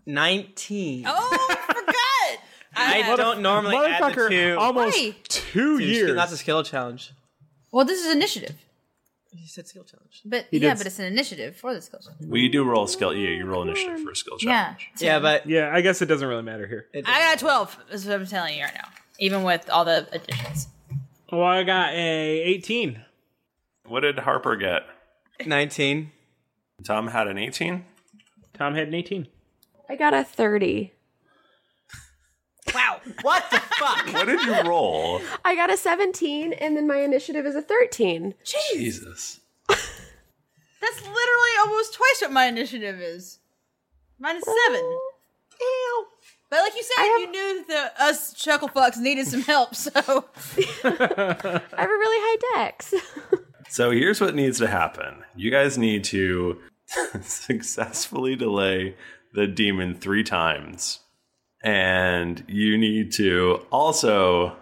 C: Nineteen.
D: Oh, I forgot.
C: I
D: had-
C: don't normally add the
D: Motherfucker,
C: two.
D: almost Why?
E: two
C: years. That's a skill challenge.
D: Well, this is initiative.
C: You said skill challenge.
D: But
B: He
D: yeah,
B: did.
D: but it's an initiative for the skill challenge.
B: Well, you do roll skill. Yeah, you roll initiative for a skill challenge.
D: Yeah.
C: Yeah, but
E: yeah, I guess it doesn't really matter here.
D: I got a 12, is what I'm telling you right now. Even with all the additions.
E: Well, I got a eighteen.
B: What did Harper get?
C: Nineteen.
B: Tom had an eighteen.
E: Tom had an eighteen.
J: I got a 30.
D: Wow.
C: What the fuck?
B: what did you roll?
J: I got a 17, and then my initiative is a 13.
B: Jesus.
D: That's literally almost twice what my initiative is. Mine is seven. Ew. But like you said, you knew that the us chuckle fucks needed some help, so
J: I have a really high dex.
B: So here's what needs to happen. You guys need to successfully delay the demon three times. And you need to also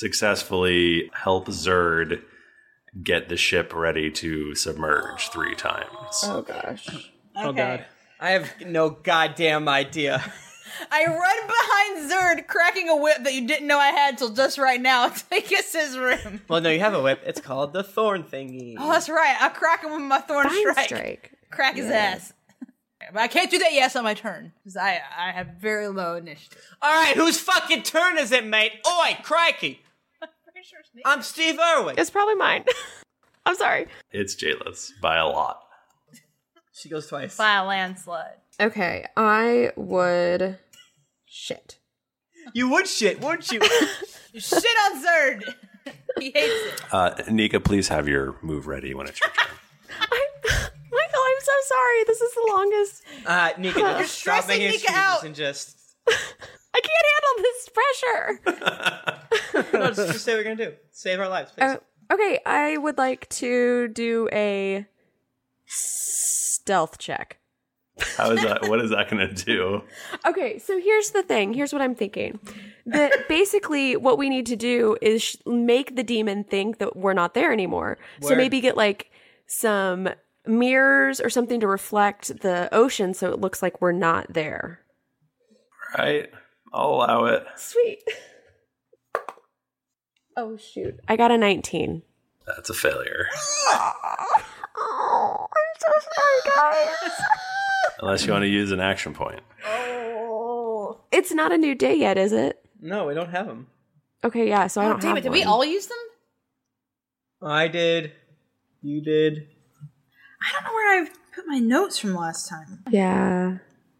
B: successfully help Zerd get the ship ready to submerge three times.
C: Oh,
B: gosh.
C: Oh god. I have no goddamn idea.
D: I run behind Zerd cracking a whip that you didn't know I had till just right now to kiss his room.
C: Well, no, you have a whip. It's called the thorn thingy.
D: Oh, that's right. I crack him with my thorn strike. Crack his
C: Yeah.
D: ass. But I can't do that yes on my turn. Because I I have very low initiative.
C: All right, whose fucking turn is it, mate? Oi, crikey! I'm Steve Irwin.
J: It's probably mine. I'm sorry.
B: It's Jayla's by a lot.
C: She goes twice.
D: By a landslide.
J: Okay, I would. Shit.
C: You would shit, wouldn't you?
D: You shit on Zerd. he hates it.
B: Uh, Nika, please have your move ready when it's your turn.
J: Michael, I'm so sorry. This is the longest.
C: Uh, Nika,
J: You're
C: just stop
J: stressing
C: making
J: Nika
C: excuses
J: out.
C: and just.
J: I can't handle this pressure.
C: No, just, just say what we're gonna do. Save our lives, please.
J: Uh, okay, I would like to do a stealth check.
B: How is that? What is that going to do?
J: Okay, so here's the thing. Here's what I'm thinking. That basically what we need to do is sh- make the demon think that we're not there anymore. So
A: Word.
J: maybe get like some mirrors or something to reflect the ocean so it looks like we're not there.
B: All right. I'll allow it.
J: Sweet. Oh shoot. I got a 19.
B: That's a failure.
E: Ah!
J: Oh, I'm so sorry, guys.
B: Unless you want to use an action point.
J: Oh. It's not a new day yet, is it?
C: No, we don't have them.
J: Okay, yeah, so I
D: Oh,
J: don't
D: damn
J: have
D: it, did we
J: one.
D: all use them?
C: I did. You did.
D: I don't know where I put my notes from last time.
J: Yeah.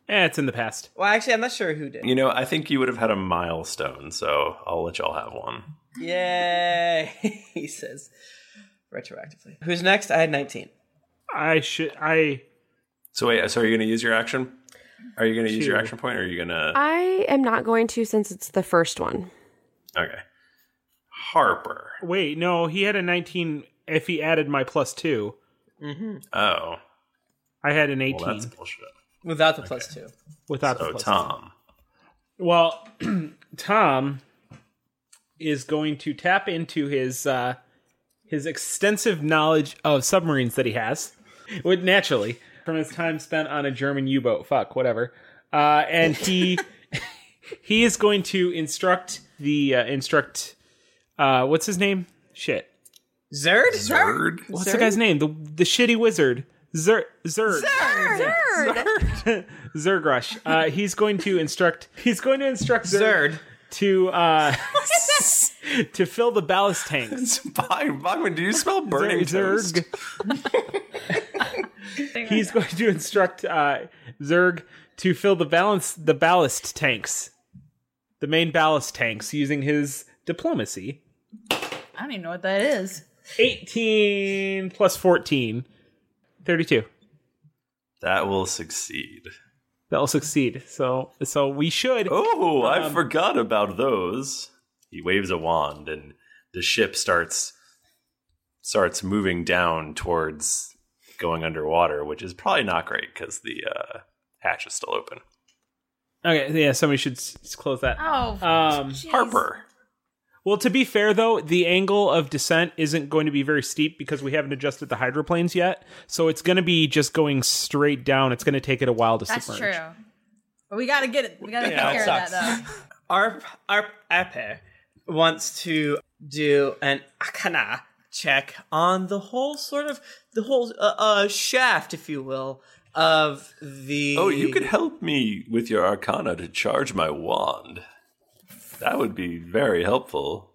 E: Eh, it's in the past.
C: Well, actually, I'm not sure who did.
B: You know, I think you would have had a milestone, so I'll let y'all have one.
C: Yay! he says retroactively. Who's next? I had 19.
E: I should. I.
B: So wait, so are you going to use your action? Are you going to use your
E: Sure.
B: action point, or are you going to?
J: I am not going to since it's the first one.
B: Okay. Harper.
E: Wait, no, he had a nineteen. If he added my plus two,
C: Mm-hmm.
B: Oh,
E: I had an eighteen
B: well, that's bullshit.
C: Without the plus two.
E: without
B: So
E: the plus
B: Tom,
E: two. Well, Tom is going to tap into his uh, his extensive knowledge of submarines that he has, would naturally from his time spent on a German U boat. Fuck, whatever. Uh, and he he is going to instruct the uh, instruct. Uh, what's his name? Shit.
C: Zerd?
B: Zerd?
E: What's
B: Zerd?
E: the guy's name? The the shitty wizard. Zerd. Zerd. Zergrush. Uh, he's going to instruct. He's going to instruct Zerd, to uh, to fill the ballast tanks.
B: Bogman, do you smell burning toast?
E: he's going to instruct uh, Zerg to fill the balance the ballast tanks, the main ballast tanks, using his diplomacy.
D: I don't even know what that is.
E: 18 plus 14 32
B: that will succeed.
E: that'll succeed so so we should
B: Oh, I
E: Um,
B: forgot about those. he waves a wand and the ship starts starts moving down towards going underwater, which is probably not great because the uh, hatch is still open.
E: Okay, yeah, somebody should s- s- close that.
D: Oh,
E: um,
D: jeez.
B: Harper.
E: Well, to be fair though, the angle of descent isn't going to be very steep because we haven't adjusted the hydroplanes yet, so it's going to be just going straight down. It's going to take it a while to
D: That's
E: submerge.
D: true. But we gotta get it. We gotta
C: Yeah,
D: take
C: it
D: care of
C: sucks.
D: that
C: Arp Arp Ape wants to do an Akana check on the whole sort of the whole uh, uh, shaft, if you will, of the.
B: Oh, you could help me with your arcana to charge my wand. That would be very helpful.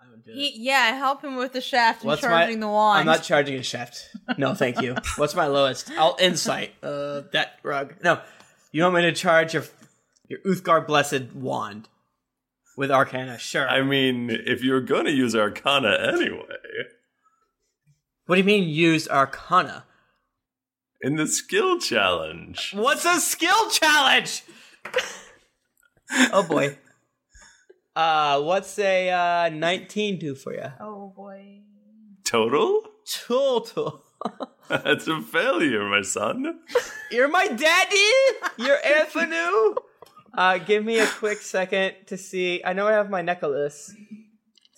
D: though. He, yeah, help him with the shaft and
C: What's my-
D: charging the wand.
C: I'm not charging a shaft. No, thank you. What's my lowest? I'll insight. Uh, that rug. No, you want me to charge your your Uthgar blessed wand with Arcana? Sure.
B: I mean, if you're gonna use arcana anyway,
C: What do you mean use Arcana?
B: in the skill challenge,
C: What's a skill challenge? oh boy. Uh, what's a uh, 19 do for you?
D: oh boy.
B: total,
C: Total.
B: that's a failure, my son.
C: You're my daddy. You're Anthony. Uh, give me a quick second to see. I know I have my necklace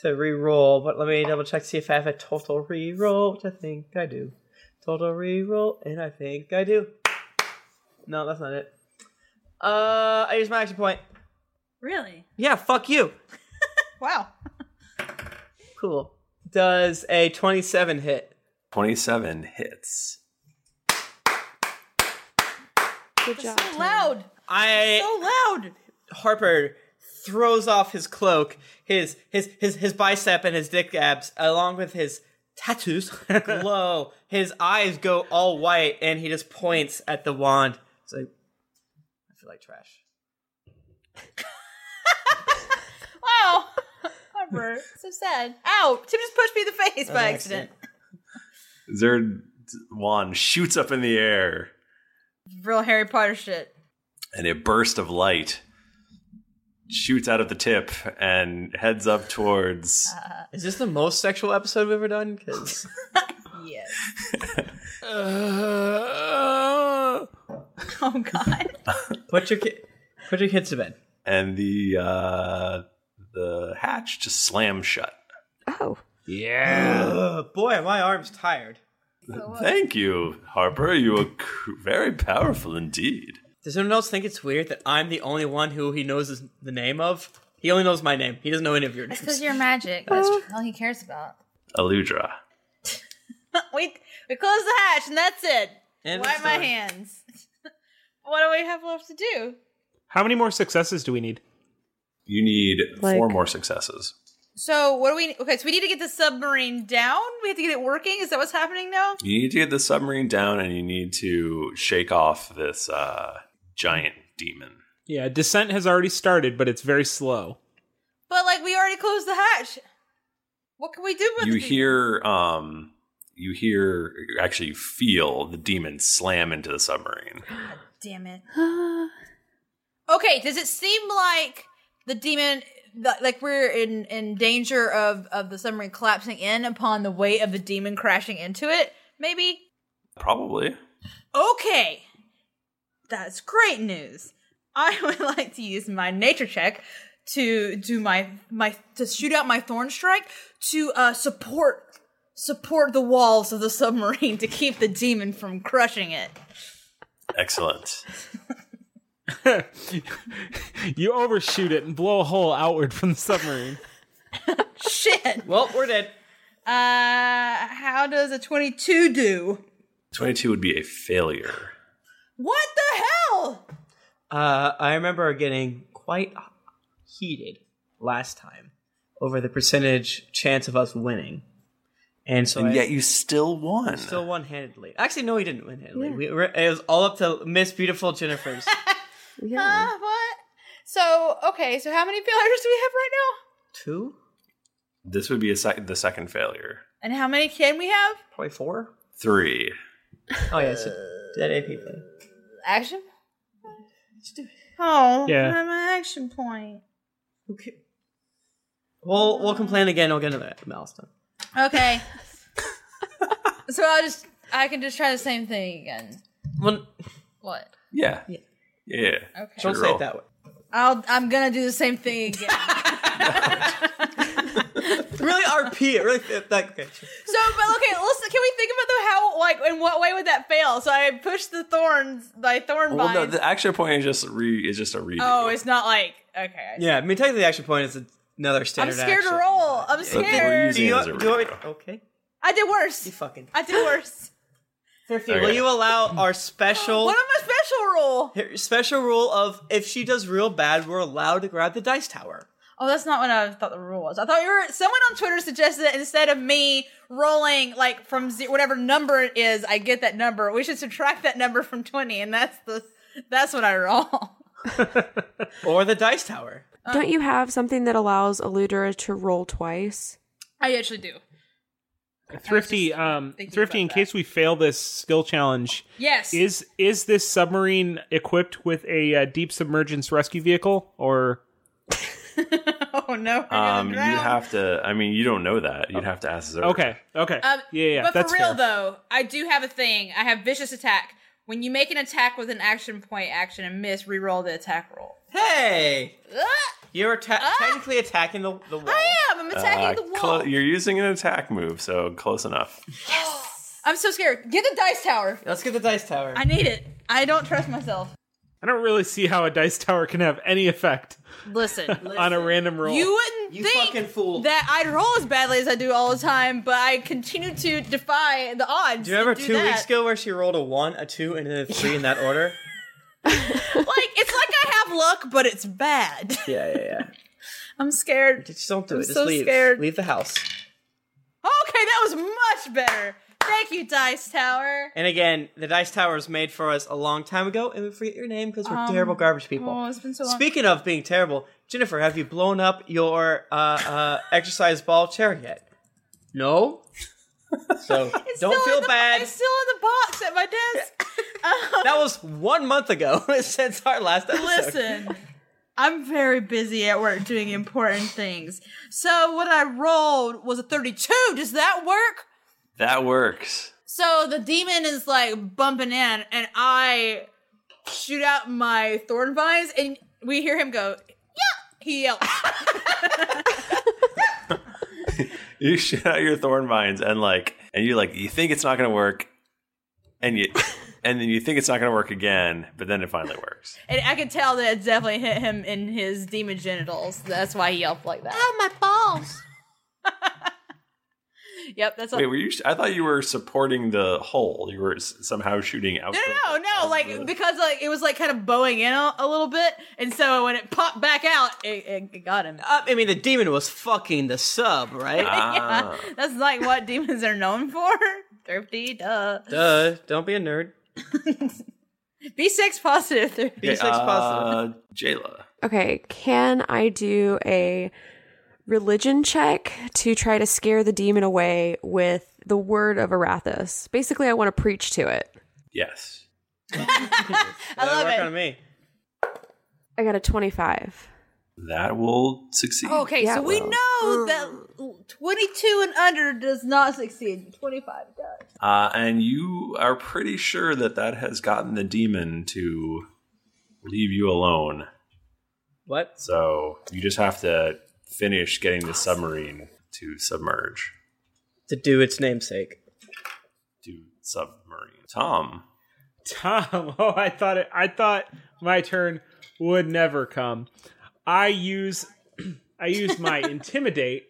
C: to re-roll, but let me double check see if I have a total re-roll, which I think I do. Total re-roll, and I think I do. No, that's not it. Uh, I used my action point.
D: Really?
C: Yeah, fuck you.
D: Wow.
C: Cool. Does a 27 hit?
B: Twenty-seven hits.
D: Good job. So loud.
C: I
D: so loud.
C: Harper throws off his cloak, his his his his bicep and his dick abs, along with his tattoos glow. his eyes go all white, and he just points at the wand. It's like I feel like trash.
D: Wow. Harper, so sad. Ow! Tim just pushed me in the face
B: That
D: by
B: was an
D: accident.
B: Zerd wand shoots up in the air,
D: Real Harry Potter shit.
B: and a burst of light shoots out of the tip and heads up towards.
D: Uh.
C: Is this the most sexual episode we've ever done? Because
D: yes.
C: oh
D: God.
C: Put your kid. Put your kids to bed.
B: and the uh, the hatch just slams shut. Yeah.
C: Ugh, boy, my arm's tired.
B: Uh, Thank you, Harper. You are c- very powerful indeed.
C: Does anyone else think it's weird that I'm the only one who he knows is the name of? He only knows my name. He doesn't know any of your
D: It's
C: names.
D: because you're magic. That's all he cares about.
B: Aludra.
D: we we close the hatch and that's it.
E: End of
D: Wipe my
E: story.
D: hands. what do we have left to do?
E: How many more successes do we need?
B: You need four
D: Like-
B: more successes.
D: So what do we? Okay, so we need to get the submarine down. We have to get it working. Is that what's happening now?
B: You need to get the submarine down, and you need to shake off this uh, giant demon.
E: Yeah, descent has already started, but it's very slow.
D: But like we already closed the hatch. What can we do with
B: you
D: the-
B: hear um you hear actually you feel the demon slam into the submarine
D: Damn it. okay, does it seem like the demon, th- like we're in in danger of of the submarine collapsing in upon the weight of the demon crashing into it? Maybe.
B: probably
D: Okay, that's great news. I would like to use my nature check to do my my to shoot out my thorn strike to uh, support support the walls of the submarine to keep the demon from crushing it.
B: excellent
E: You overshoot it and blow a hole outward from the submarine.
D: Shit.
C: Well, we're dead.
D: Uh, how does a 22 do?
B: 22 would be a failure
D: What the hell?
C: Uh, I remember getting quite heated last time over the percentage chance of us winning. And so
B: and
C: I-
B: yet you still won
C: Still won handedly. Actually, no, he didn't win handedly. We were, it was all up to Miss Beautiful Jennifer's.
D: Huh? What? So, okay, so how many failures do we have right now?
C: two
B: this would be a sec- the second failure
D: And how many can we have?
C: Probably four.
B: three
C: Oh yeah, so dead AP play.
D: Action? Oh,
C: Yeah.
D: I'm an action point.
C: Okay. We'll we'll complain again. We'll get another milestone.
D: Okay. so I'll just I can just try the same thing again.
C: Well,
D: What?
B: yeah, yeah.
D: Okay.
C: Don't say it that way.
D: I'll I'm gonna do the same thing again.
C: really RP. It really fit that. Okay. sure.
D: so but okay, listen can we think about though how like in what way would that fail? So I push the thorns the thorn
B: Oh, Well,
D: vines.
B: no, the action point is just re is just a redo.
D: oh, it's not like okay.
C: Yeah, I mean, technically, the action point is another
D: I'm
C: standard.
D: scared
C: action.
D: to roll. I'm
C: Yeah, I think we're
D: scared.
C: using it as a Do you want me- Okay.
D: I did worse. You
C: fucking.
D: I did worse.
C: Thrifty, Will you allow our special
D: What am I special rule?
C: here- special rule of if she does real bad, we're allowed to grab the dice tower?
D: Oh, that's not what I thought the rule was. I thought you were someone on Twitter suggested that instead of me rolling like from ze- whatever number it is, I get that number. We should subtract that number from twenty, and that's the that's what I roll.
C: Or the dice tower.
J: Don't you have something that allows Eludra to roll twice?
D: I actually do.
E: Thrifty, um, Thrifty. In case we fail this skill challenge,
D: Yes.
E: is is this submarine equipped with a uh, deep submergence rescue vehicle, or
D: Oh no.
B: um, you'd have to. I mean, you don't know that. You'd have to ask Zerg.
E: okay, okay,
D: Um,
E: yeah, yeah,
D: but
E: that's
D: for real
E: fair.
D: though, I do have a thing. I have vicious attack. When you make an attack with an action point action and miss, reroll the attack roll.
C: Hey, you're atta- technically attacking the the wall.
D: Uh, I am. I'm attacking
B: Uh,
D: the wall.
B: clo- you're using an attack move, so close enough.
D: I'm so scared. Get the dice tower.
C: Let's get the dice tower.
D: I need it. I don't trust myself.
E: I don't really see how a dice tower can have any effect
D: Listen,
E: on a random roll.
D: You wouldn't think that I'd roll as badly as I do all the time, but I continue to defy the odds.
C: Do you remember
D: and
C: two
D: that.
C: weeks ago where she rolled a one, a two, and then a three in that order?
D: Like it's like I have luck, but it's bad.
C: Yeah, yeah, yeah.
D: I'm scared.
C: Just don't do
D: I'm
C: it. Just
D: so
C: leave.
D: scared.
C: Leave the house.
D: Okay, that was much better. Thank you, Dice Tower.
C: And again, the dice tower was made for us a long time ago, and we forget your name because we're
D: Um,
C: terrible garbage people.
D: Oh, it's been so long.
C: Speaking of being terrible, Jennifer, have you blown up your uh, uh, exercise ball chair yet? No. So don't feel bad.
D: It's still in the box at my desk.
C: That was one month ago since our last episode.
D: Listen, I'm very busy at work doing important things. So what I rolled was a 32. Does that work?
B: That works.
D: So the demon is like bumping in, and I shoot out my thorn vines, and we hear him go, "Yeah!" He yells.
B: You shoot out your thorn vines and like, and you like, you think it's not going to work, and you, and then you think it's not going to work again, but then it finally works.
D: and I could tell that it definitely hit him in his demon genitals. That's why he yelped like that. Oh my balls! yep, that's
B: Wait, were you? I thought you were supporting the hole. You were s- somehow shooting out.
D: No,
B: the-
D: no, no, no! Like because like it was like kind of bowing in a, a little bit, and so when it popped back out, it, it, it got him.
C: Uh, I mean, the demon was fucking the sub, right?
B: Ah.
D: yeah, that's like what demons are known for. Thrifty, duh.
C: Duh. Don't be a nerd.
D: Be sex positive. Thrifty.
B: Okay, uh, Jayla.
J: Okay, can I do a religion check to try to scare the demon away with the word of Arathis? Basically, I want to preach to it.
B: Yes.
D: I love
C: work
D: it.
C: on me.
J: I got a 25.
B: That will succeed.
D: Oh, Okay, so we know that 22 and under does not succeed. 25 does.
B: Uh, and you are pretty sure that that has gotten the demon to leave you alone.
C: What?
B: So you just have to finish getting the submarine to submerge.
C: To do its namesake.
B: To submarine. Tom.
E: Tom. Oh, I thought it. I thought my turn would never come. I use I use my intimidate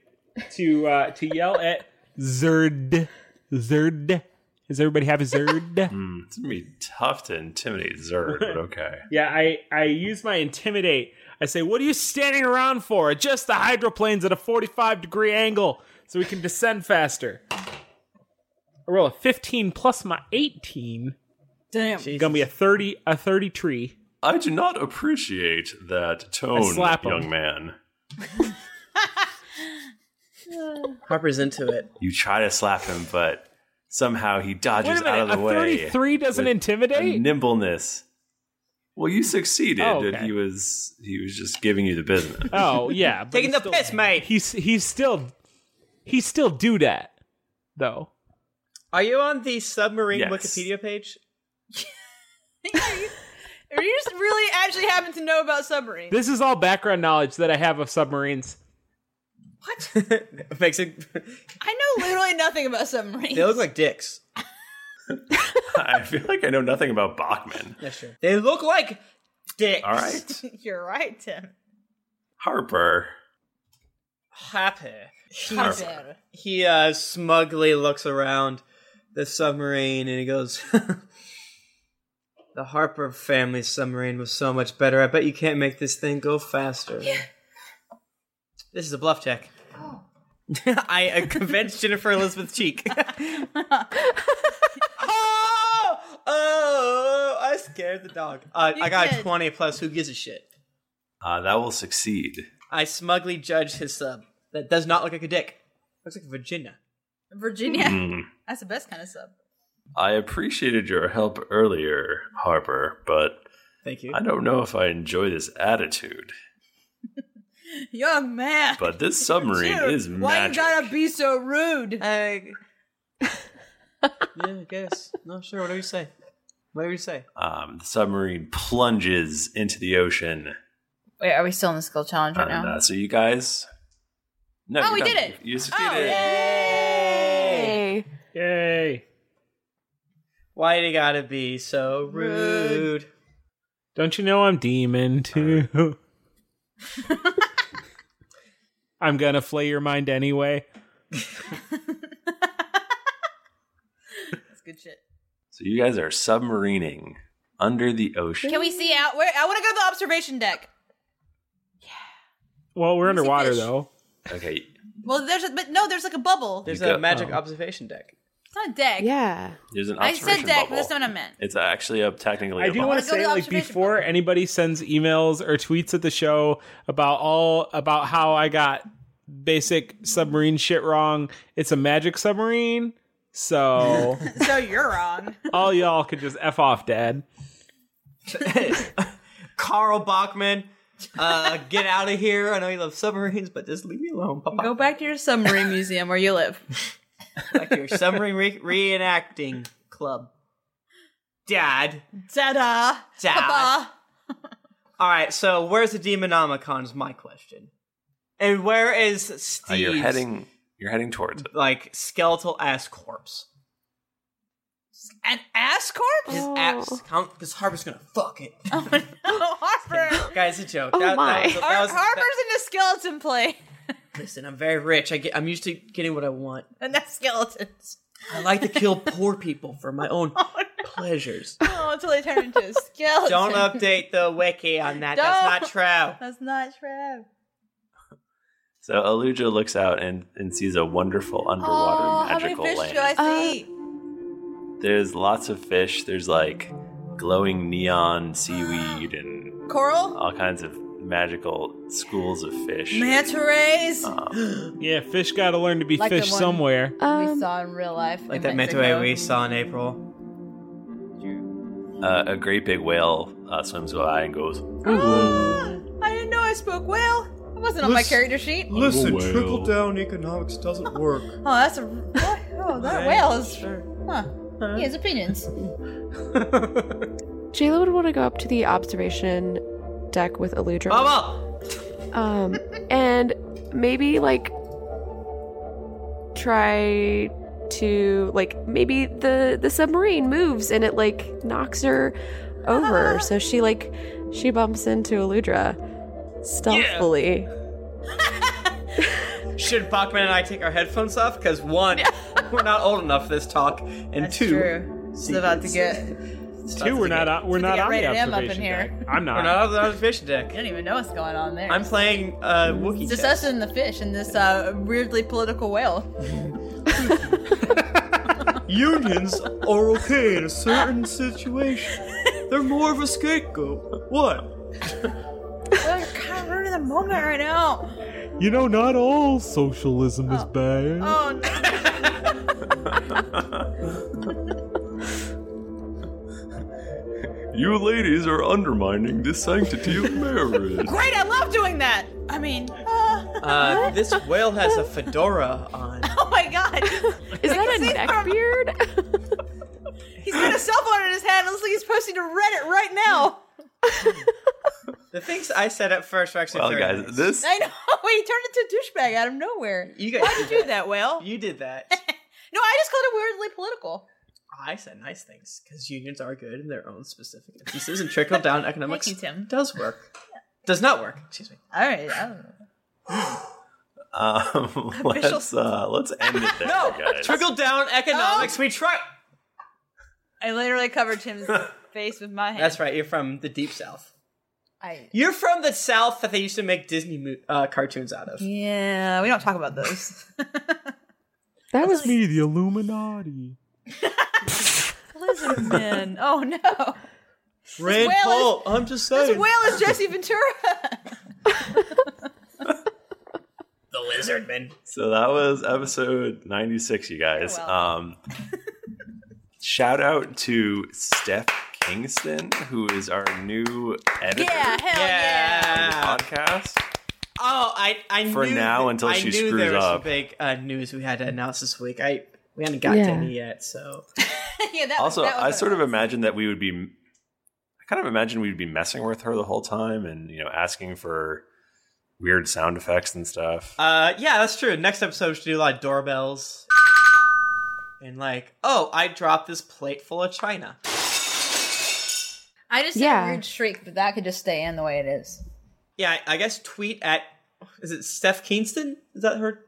E: to uh, to yell at Zerd. Zerd. Does everybody have a Zerd?
B: Hmm, it's going to be tough to intimidate Zerd, but okay.
E: yeah, I I use my intimidate. I say, "What are you standing around for? Adjust the hydroplanes at a forty-five degree angle so we can descend faster." I roll a fifteen plus my eighteen.
D: Damn,
E: gonna be a thirty a thirty tree.
B: I do not appreciate that tone,
E: slap him.
B: young man.
D: Uh.
C: Harper's into it.
B: You try to slap him, but somehow he dodges
E: Wait a minute,
B: out of the
E: a
B: way.
E: 33 doesn't
B: with
E: intimidate?
B: Nimbleness. Well, you succeeded.
E: Oh, okay.
B: He was he was just giving you the business.
E: Oh yeah, taking the piss, mate. He's he's still he's still do that though.
C: Are you on the submarine
E: Yes.
C: Wikipedia page?
D: Are you just really actually happen to know about submarines?
E: This is all background knowledge that I have of submarines.
C: Makes it.
D: I know literally nothing about submarines.
C: They look like dicks.
B: I feel like I know nothing about Bachman.
C: That's true. They look like dicks.
B: All right,
D: You're right, Tim.
B: Harper.
C: Happy.
D: He's-
C: He uh, smugly looks around the submarine and he goes, "The Harper family submarine was so much better. I bet you can't make this thing go faster." This is a bluff check. I uh, convinced Jennifer Elizabeth Cheek. oh, oh, I scared the dog. Uh,
B: You
C: I got a
B: did.
C: twenty plus. Who gives a shit?
B: Uh, that will succeed.
C: I smugly judge his sub. That does not look like a dick. Looks like Virginia.
D: Virginia.
B: Mm.
D: That's the best kind of sub.
B: I appreciated your help earlier, Harper, but
C: thank you.
B: I don't know if I enjoy this attitude,
D: Young man.
B: but this submarine
D: Dude,
B: is
D: Why you
B: magic.
D: gotta be so rude?
C: yeah, I guess. No, sure. Whatever you say. Whatever you say.
B: Um, the submarine plunges into the ocean.
D: Wait, are we still in the skill challenge right
B: And,
D: now?
B: uh, so you guys, no,
D: oh,
B: you're
D: we
B: done.
D: did it. Oh,
B: You succeeded.
C: Yay!
E: Yay!
C: Why do you gotta be so rude?
E: Don't you know I'm demon too? I'm gonna flay your mind anyway.
D: That's good shit.
B: So you guys are submarining under the ocean.
D: Can we see out? Where I want to go to the observation deck.
E: Well, we're underwater though.
B: Okay.
D: Well, there's a, but no, there's like a bubble.
C: There's
B: You go-
C: a magic
B: oh.
C: observation deck.
D: It's not a deck. Yeah.
B: There's an
D: I said
B: observation
D: deck, but
B: bubble.
D: that's not what I meant.
B: It's actually a technically.
E: I
B: a
E: do
B: bubble.
E: want to say, like, before anybody sends emails or tweets at the show about all about how I got basic submarine shit wrong, it's a magic submarine. So
D: so you're wrong.
E: all y'all could just f off, Dad.
C: Carl Bachman, uh, get out of here. I know you love submarines, but just leave me alone. Papa.
D: Go back to your submarine museum where you live.
C: Like your submarine re- reenacting club. Dad.
D: Da-da.
C: Dad.
D: Papa.
C: All right, so where's the Demonomicon is my question. And where is
B: Uh,
C: Steve's,
B: you're heading. You're heading towards it.
C: like, skeletal-ass corpse?
D: An ass corpse?
C: His abs- count because Harper's gonna fuck it.
D: Oh, Harper.
C: Guys, it's a joke.
D: Oh
C: that,
D: my.
C: That was, that was,
D: Harper's in a skeleton play.
C: listen, I'm very rich. I get, I'm used to getting what I want.
D: And that's skeletons.
C: I like to kill poor people for my own pleasures.
D: Oh, until they turn into a skeleton.
C: Don't update the wiki on that. That's not true.
D: That's not true.
B: So Aluja looks out and, and sees a wonderful underwater
D: Oh,
B: magical land.
E: Uh,
D: see?
B: There's lots of fish. There's like glowing neon seaweed and
D: Coral?
E: oh,
B: all kinds of magical schools of fish.
D: Manta rays?
E: yeah, fish got to learn to be
D: Like the
E: uh, fish
D: one-
E: somewhere. Um,
D: we saw in real life.
C: Like
D: in
C: that
D: Mexico.
C: Mentaway we saw in April.
B: Uh, a great big whale uh, swims by and goes.
D: I didn't know I spoke whale. It wasn't on my
C: Listen-
D: character
E: Oh,
D: sheet.
B: Listen, Whale.
C: down economics doesn't work.
D: Oh, that's a. What? Oh, that
C: Right,
D: whale is. Huh. He has opinions.
J: Jayla would want to go up to the observation deck with Aludra. Um, and maybe like try to like maybe the the submarine moves and it like knocks her over, so she like she bumps into Aludra stealthily.
C: Should Bachman and I take our headphones off? Because one, we're not old enough for this talk, and two,
D: true. It's about to get-
E: Two, we're not on, we're not
D: get
E: on the
D: rated M up in
E: observation
D: here.
E: deck. I'm
C: We're
E: not.
C: not on the observation
D: I
C: deck.
D: don't even know what's going on there.
C: I'm playing uh, Wookiee.
D: It's just
C: deck.
D: us and the fish and this uh, weirdly political whale.
C: Unions are okay in a certain situation. They're more of a scapegoat. What?
D: We're kind of ruining the moment right now.
K: You know, not all socialism is bad.
D: Oh no.
B: you You ladies are undermining the sanctity of marriage.
D: Great, I love doing that. I mean, uh,
C: Uh, this whale has a fedora on.
D: oh my god, is that a neck beard? he's got a cell phone in his hand. It looks like he's posting to Reddit right now.
C: The things I said at first were actually
B: Well,
C: very
B: guys,
C: nice.
B: this
D: I know. He turned into a douchebag out of nowhere.
C: You guys
D: Why
C: did
D: did you do that, Whale?
C: You did that.
D: No, I just called it weirdly political.
C: I said nice things because unions are good in their own specific instances, and trickle down economics
D: Thank you, Tim.
C: does work. Does not work. Excuse me.
D: All right. I don't know.
B: Um, let's uh, let's end it there,
C: No,
B: guys.
C: trickle down economics. We try.
D: Oh. I literally covered Tim's face with my hand.
C: That's right. You're from the deep south.
D: I,
C: You're from the south that they used to make Disney mo- uh, cartoons out of.
D: yeah, we don't talk about those.
K: That was me, the Illuminati.
D: Lizard men. Oh no.
C: Red
D: whale
C: Bull. I'm just saying.
D: This whale is Jesse Ventura.
C: the Lizardman.
D: Oh,
B: So that was episode 96, you guys. Um, shout out to Steph Kingston, who is our new editor
D: Yeah, hell
B: yeah. of the podcast.
C: Oh, I, I
B: For
C: knew
B: now,
C: that-
B: until
C: I
B: she
C: knew
B: screws
C: there was some
B: up.
C: big uh, news we had to announce this week. I we haven't gotten to
B: Yeah.
C: any yet, so
D: yeah, that
B: Also,
D: was, that was
B: I sort of imagined that we would be, I kind of imagined we'd be messing with her the whole time and, you know, asking for weird sound effects and stuff.
C: Uh, yeah, that's true. Next episode, we should do a lot of doorbells. And like, oh, I dropped this plate full of china.
D: I just did
C: Yeah.
D: a weird shriek, but that could just stay in the way it is.
C: Yeah, I, I guess tweet at is it Steph Kingston? Is that her?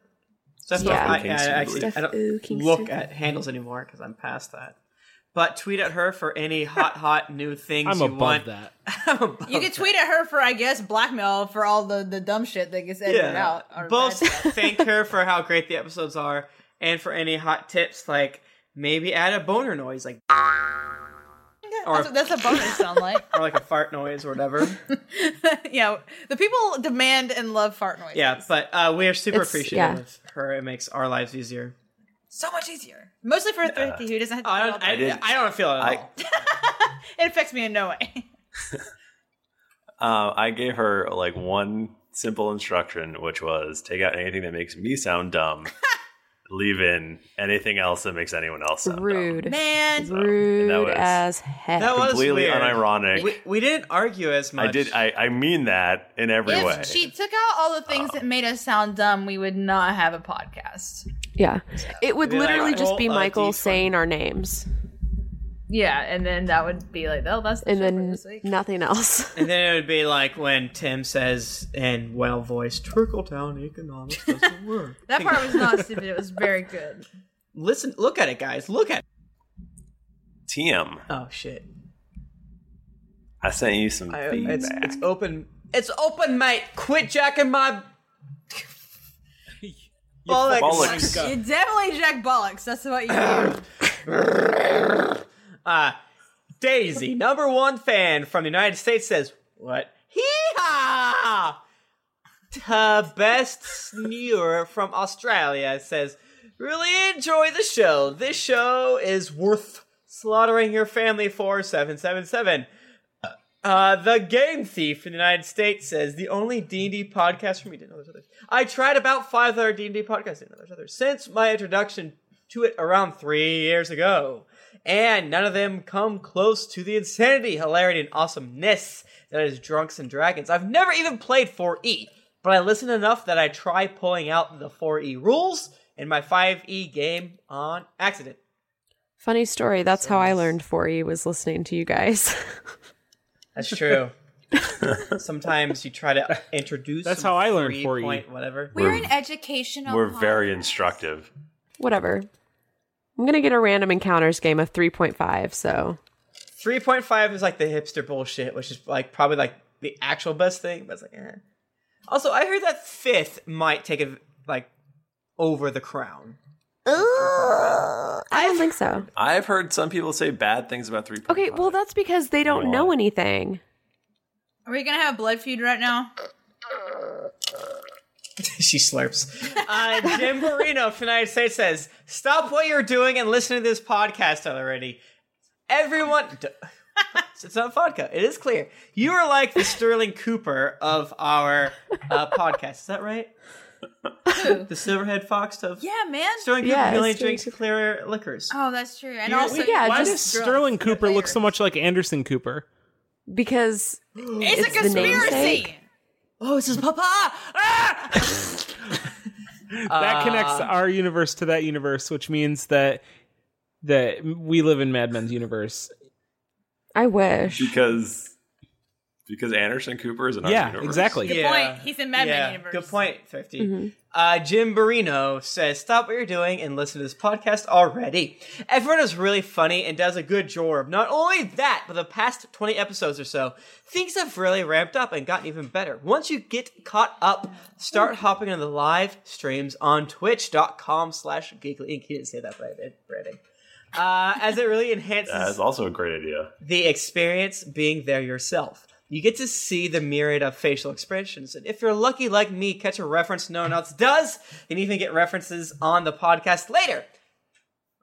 C: Steph
D: Yeah.
C: I, I,
D: Kingston, I
C: actually,
D: believe.
C: I don't
D: Steph O. Kingston.
C: look at handles anymore because I'm past that. But tweet at her for any hot, hot new things
E: I'm
C: you
E: above
C: want.
E: that.
D: You could tweet at her for, I guess, blackmail for all the, the dumb shit that gets edited out. Or
C: Both thank her for how great the episodes are and for any hot tips, like maybe add a boner noise, like or,
D: that's, that's a bonus sound like.
C: or like a fart noise or whatever.
D: yeah, the people demand and love fart noise.
C: Yeah, but uh, we are super
D: It's-
C: appreciative
D: yeah.
C: of her. It makes our lives easier.
D: So much easier. Mostly for Thrifty, who doesn't have to do all
C: I,
D: that.
C: I don't feel it at all.
D: It affects me in no way.
B: Uh, I gave her like one simple instruction, which was take out anything that makes me sound dumb, leave in anything else that makes anyone else sound
J: Rude.
D: Man.
J: Rude
B: that was-
J: as heck.
B: That was Completely weird. unironic.
C: We, we didn't argue as much.
B: I did. I, I mean that in every
D: if
B: way.
D: she took out all the things that made us sound dumb, we would not have a podcast.
J: Yeah. It would
D: Be like,
J: literally just be
D: roll a
J: Michael saying our names
D: Yeah, and then that would be like, oh, that's the
J: and
D: show for
J: then
D: this week.
J: nothing else.
C: And then it would be like when Tim says in well voiced, trickle down economics doesn't work.
D: That part was not stupid. It was very good.
C: Listen, look at it, guys. Look at it.
B: TM,
C: Oh, shit.
B: I sent you some
C: I,
B: feedback.
C: it's, it's open. It's open, mate. Quit jacking my. bollocks.
D: You definitely Jack Bollocks. That's what you do.
C: Uh, Daisy, number one fan from the United States, says, What? Hee haw! The best sneer from Australia says, Really enjoy the show. This show is worth slaughtering your family for 777. Uh, the Game Thief in the United States says the only D&D podcast from me didn't know there's others. I tried about five other D&D podcasts, didn't know there's others, since my introduction to it around three years ago. And none of them come close to the insanity, hilarity, and awesomeness that is Drunks and Dragons. I've never even played 4E, but I listen enough that I try pulling out the 4E rules in my 5E game on accident.
J: Funny story. That's how I learned 4E was listening to you guys.
C: That's true. Sometimes you try to introduce.
E: That's
C: some
E: how I learned E.
C: three
E: 4E.
C: Point, whatever.
D: We're an educational.
B: We're
D: pod-
B: very instructive.
J: Whatever. I'm going to get a random encounters game of 3.5, so.
C: Three point five is like the hipster bullshit, which is like probably like the actual best thing. But it's like, eh. also I heard that fifth might take a like over the crown.
J: I don't think so.
B: I've heard some people say bad things about three.
J: Okay, well, that's because they don't know anything.
D: Are we gonna have a blood feud right now?
C: she slurps. Uh, Jim Marino from the United States says, "Stop what you're doing and listen to this podcast already." Everyone, d- It's, it's not vodka. It is clear. You are like the Sterling Cooper of our uh, podcast. Is that right? the silverhead fox of
D: Yeah, man.
C: Sterling Cooper who only drinks clear liquors.
D: Oh, that's true. And
C: You know,
D: also,
C: yeah,
E: Why
C: just
E: does Sterling Cooper look so much like Anderson Cooper?
J: Because
D: It's,
J: It's
D: a
J: the
D: conspiracy.
J: namesake.
D: Oh, this is Papa.
E: that connects our universe to that universe, which means that that we live in Mad Men's universe.
J: I wish.
B: because because Anderson Cooper is in our
E: Yeah,
B: universe.
E: exactly. Good
D: point. He's in Mad Men universe.
C: Good point, Thrifty.
B: Mhm.
C: Uh, Jim Barino says, "Stop what you're doing and listen to this podcast already." Everyone is really funny and does a good job. Not only that, but the past 20 episodes or so, things have really ramped up and gotten even better. Once you get caught up, start hopping on the live streams on Twitch.com/slash Geekly Inc. He didn't say that, but I did, Brandon. Uh, as it really enhances
B: That is also a great idea.
C: the experience being there yourself. You get to see the myriad of facial expressions. And if you're lucky like me, catch a reference no one else does, and even get references on the podcast later.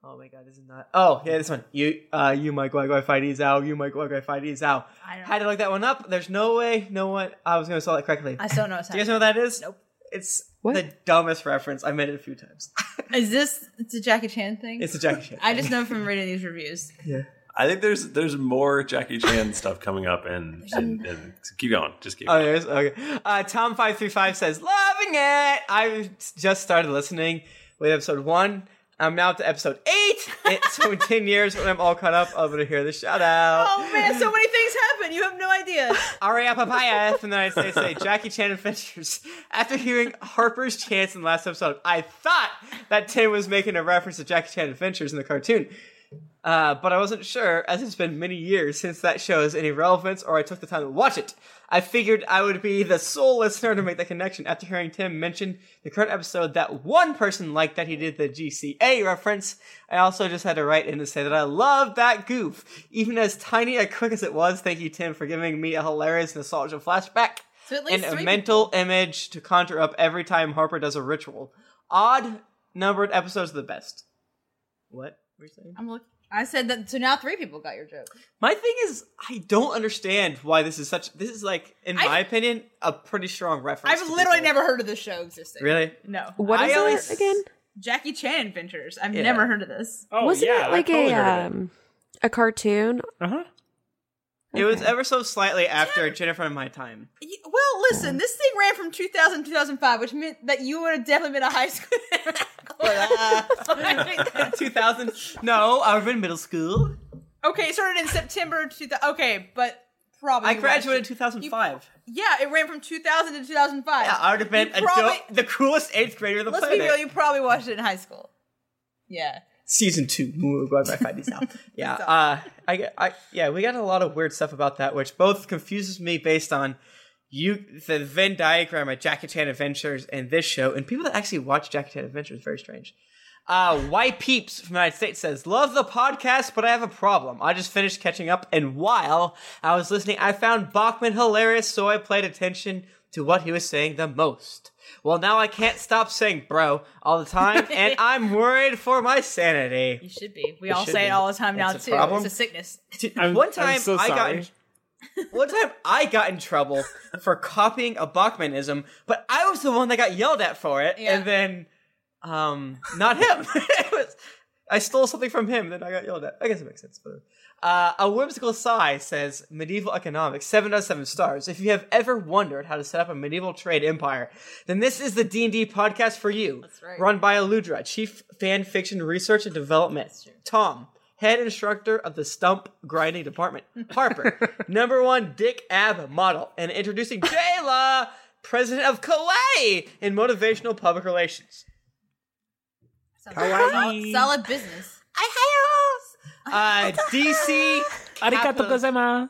C: Oh my god, this is not Oh, yeah, this one. You uh you my guai guai fight these out, you my guai guai fight these out. Had to look that one up. There's no way no one I was gonna spell it correctly.
D: I still don't know what's
C: Do you guys know what that is? Nope. It's the dumbest reference. I made it a few times.
D: Is this it's a Jackie Chan thing?
C: It's a Jackie Chan
D: I just know from reading these reviews.
C: Yeah.
B: I think there's there's more Jackie Chan stuff coming up, and, and, and keep going. Just keep.
C: Oh, there's okay. Uh, Tom five three five says, "Loving it." I just started listening with episode one. I'm now up to episode eight. It- so in ten years, when I'm all caught up, I'm gonna hear the shout out.
D: Oh man, so many things happen. You have no idea.
C: Aria Papaya from the United States say Jackie Chan Adventures. After hearing Harper's chance in the last episode, I thought that Tim was making a reference to Jackie Chan Adventures in the cartoon. Uh, but I wasn't sure, as it's been many years since that show has any relevance or I took the time to watch it. I figured I would be the sole listener to make that connection after hearing Tim mention the current episode that one person liked that he did the GCA reference. I also just had to write in to say that I love that goof. Even as tiny and quick as it was, thank you, Tim, for giving me a hilarious nostalgia flashback
D: So at
C: and
D: least
C: a
D: three
C: mental image to conjure up every time Harper does a ritual. Odd numbered episodes are the best. What?
D: I'm look. I said that. So now three people got your joke.
C: My thing is, I don't understand why this is such. This is like, in my opinion, a pretty strong reference.
D: I've
C: to
D: literally never heard of this show existing.
C: Really?
D: No.
C: What is I it always-
J: again?
D: Jackie Chan Adventures. I've
J: Yeah.
D: never heard of this.
C: Oh,
J: Wasn't it Uh-huh. like a um, a cartoon?
E: Uh huh.
D: uh,
C: people- It was ever so slightly after Jennifer and my time.
D: Y- Well, listen, this thing ran from 2000 to 2005, which meant that you would have definitely been a high school.
C: 2000. No, I was in middle
D: Oh
C: school.
D: okay, it started in September 2000. Okay, but probably.
C: I graduated in 2005.
D: Yeah, it ran from 2000 to 2005.
C: Yeah, I would have been
D: You
C: a
D: probably-
C: dope, the coolest eighth grader on the
D: Let's
C: planet.
D: be real, you probably watched it in high school. Yeah.
C: Season two. We'll go back by these now. Yeah, uh, I, get- I, yeah, we got a lot of weird stuff about that, which both confuses me based on you the Venn diagram of Jackie Chan Adventures and this show, and people that actually watch Jackie Chan Adventures. Very strange. Uh, why peeps from the United States says love the podcast, but I have a problem. I just finished catching up, and while I was listening, I found Bachman hilarious, so I played attention to what he was saying the most. Well, now I can't stop saying bro all the time, and I'm worried for my sanity.
D: You should be. We
C: It
D: all
C: should
D: say
C: be.
D: it all the time now,
C: That's a
D: too.
C: problem.
D: It's a sickness.
C: one time
E: so
C: I
E: sorry.
C: got one time I got in trouble for copying a Bachmanism, but I was the one that got yelled at for it, and then um not him. it was, I stole something from him, then I got yelled at. I guess it makes sense, but uh, a whimsical sigh says medieval economics, seven out of seven stars. If you have ever wondered how to set up a medieval trade empire, then this is the D and D podcast for you. That's
D: right.
C: Run by Aludra, chief fan fiction research and development. Tom, head instructor of the stump grinding department. Harper, number one dick ab model, and introducing Jayla, president of Kawaii in motivational public relations.
D: Sounds like a solid, solid business. I
C: Uh, DC.
E: Arigato
C: Capital-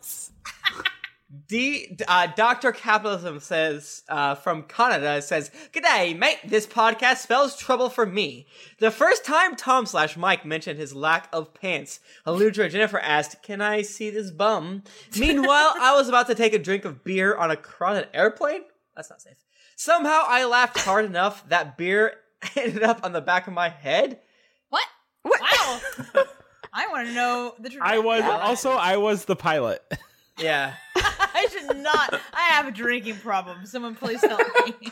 C: D, uh, Dr. Capitalism says, uh, from Canada, says, G'day, mate. This podcast spells trouble for me. The first time Tom slash Mike mentioned his lack of pants, Aludra Jennifer asked, Can I see this bum? Meanwhile, I was about to take a drink of beer on a crowded airplane. That's not safe. Somehow I laughed hard enough that beer ended up on the back of my head.
D: What?
C: What?
D: Wow. I want to know the trajectory.
E: I was
D: of that.
E: also I was the pilot.
C: Yeah.
D: I should not. I have a drinking problem. Someone please help me.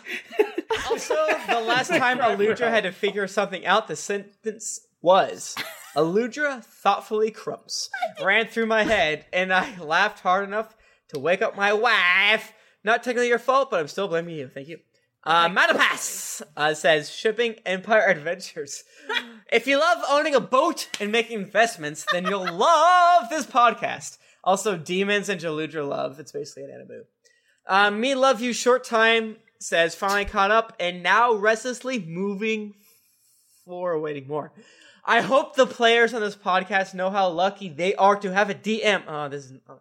C: also, the last time Aludra had to figure something out, the sentence was Aludra thoughtfully crumps. Ran through my head, and I laughed hard enough to wake up my wife. Not technically your fault, but I'm still blaming you. Thank you. Uh, Matapass uh, says Shipping Empire Adventures. if you love owning a boat and making investments, then you'll love this podcast. Also, Demons and Jaludra Love. It's basically an anime. Uh, Me Love You Short Time says finally caught up and now restlessly moving for awaiting more. I hope the players on this podcast know how lucky they are to have a DM. Oh, this is oh,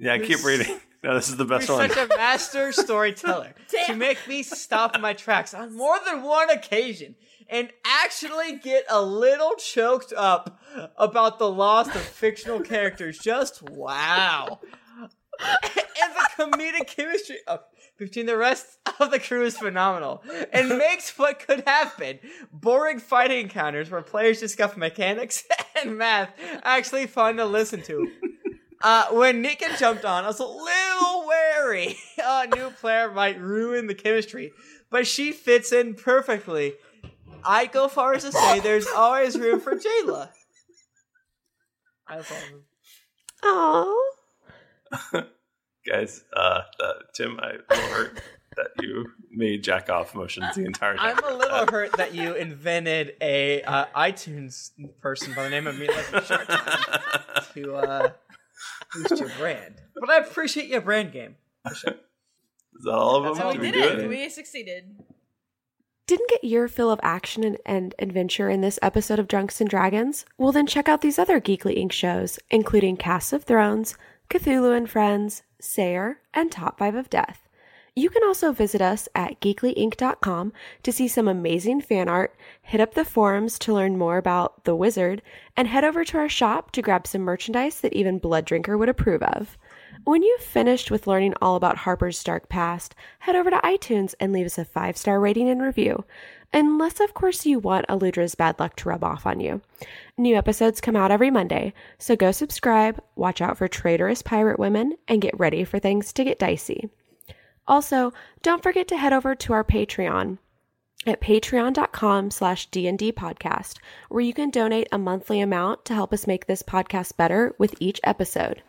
B: Yeah, keep reading. No, this is the best one.
C: such a master storyteller to make me stop in my tracks on more than one occasion and actually get a little choked up about the loss of fictional characters. Just wow. and the comedic chemistry of, between the rest of the crew is phenomenal and makes what could have been boring fighting encounters where players discuss mechanics and math actually fun to listen to. Uh, when Nika jumped on, I was a little wary. A new player might ruin the chemistry, but she fits in perfectly. I go far as to say there's always room for Jayla. I love him.
J: Oh,
B: Guys, uh, uh, Tim, I will hurt that you made jack off motions the entire time.
C: I'm a
B: Uh,
C: little hurt that you invented a uh, iTunes person by the name of Mila Shark to uh, boost your brand. But I appreciate your brand game.
B: Is that all of
C: That's
B: them?
C: how
D: We
B: Did
D: did
B: do
D: it. We succeeded.
J: Didn't get your fill of action and, and adventure in this episode of Drunks and Dragons? Well, then check out these other Geekly Inc. shows, including Cast of Thrones, Cthulhu and Friends, Sayer, and Top 5 of Death. You can also visit us at geeklyinc.com to see some amazing fan art, hit up the forums to learn more about The Wizard, and head over to our shop to grab some merchandise that even Blood Drinker would approve of. When you've finished with learning all about Harper's dark past, head over to iTunes and leave us a five star rating and review. Unless, of course, you want Aludra's bad luck to rub off on you. New episodes come out every Monday, so go subscribe, watch out for traitorous pirate women, and get ready for things to get dicey. Also, don't forget to head over to our Patreon at patreon.com slash d&d podcast where you can donate a monthly amount to help us make this podcast better with each episode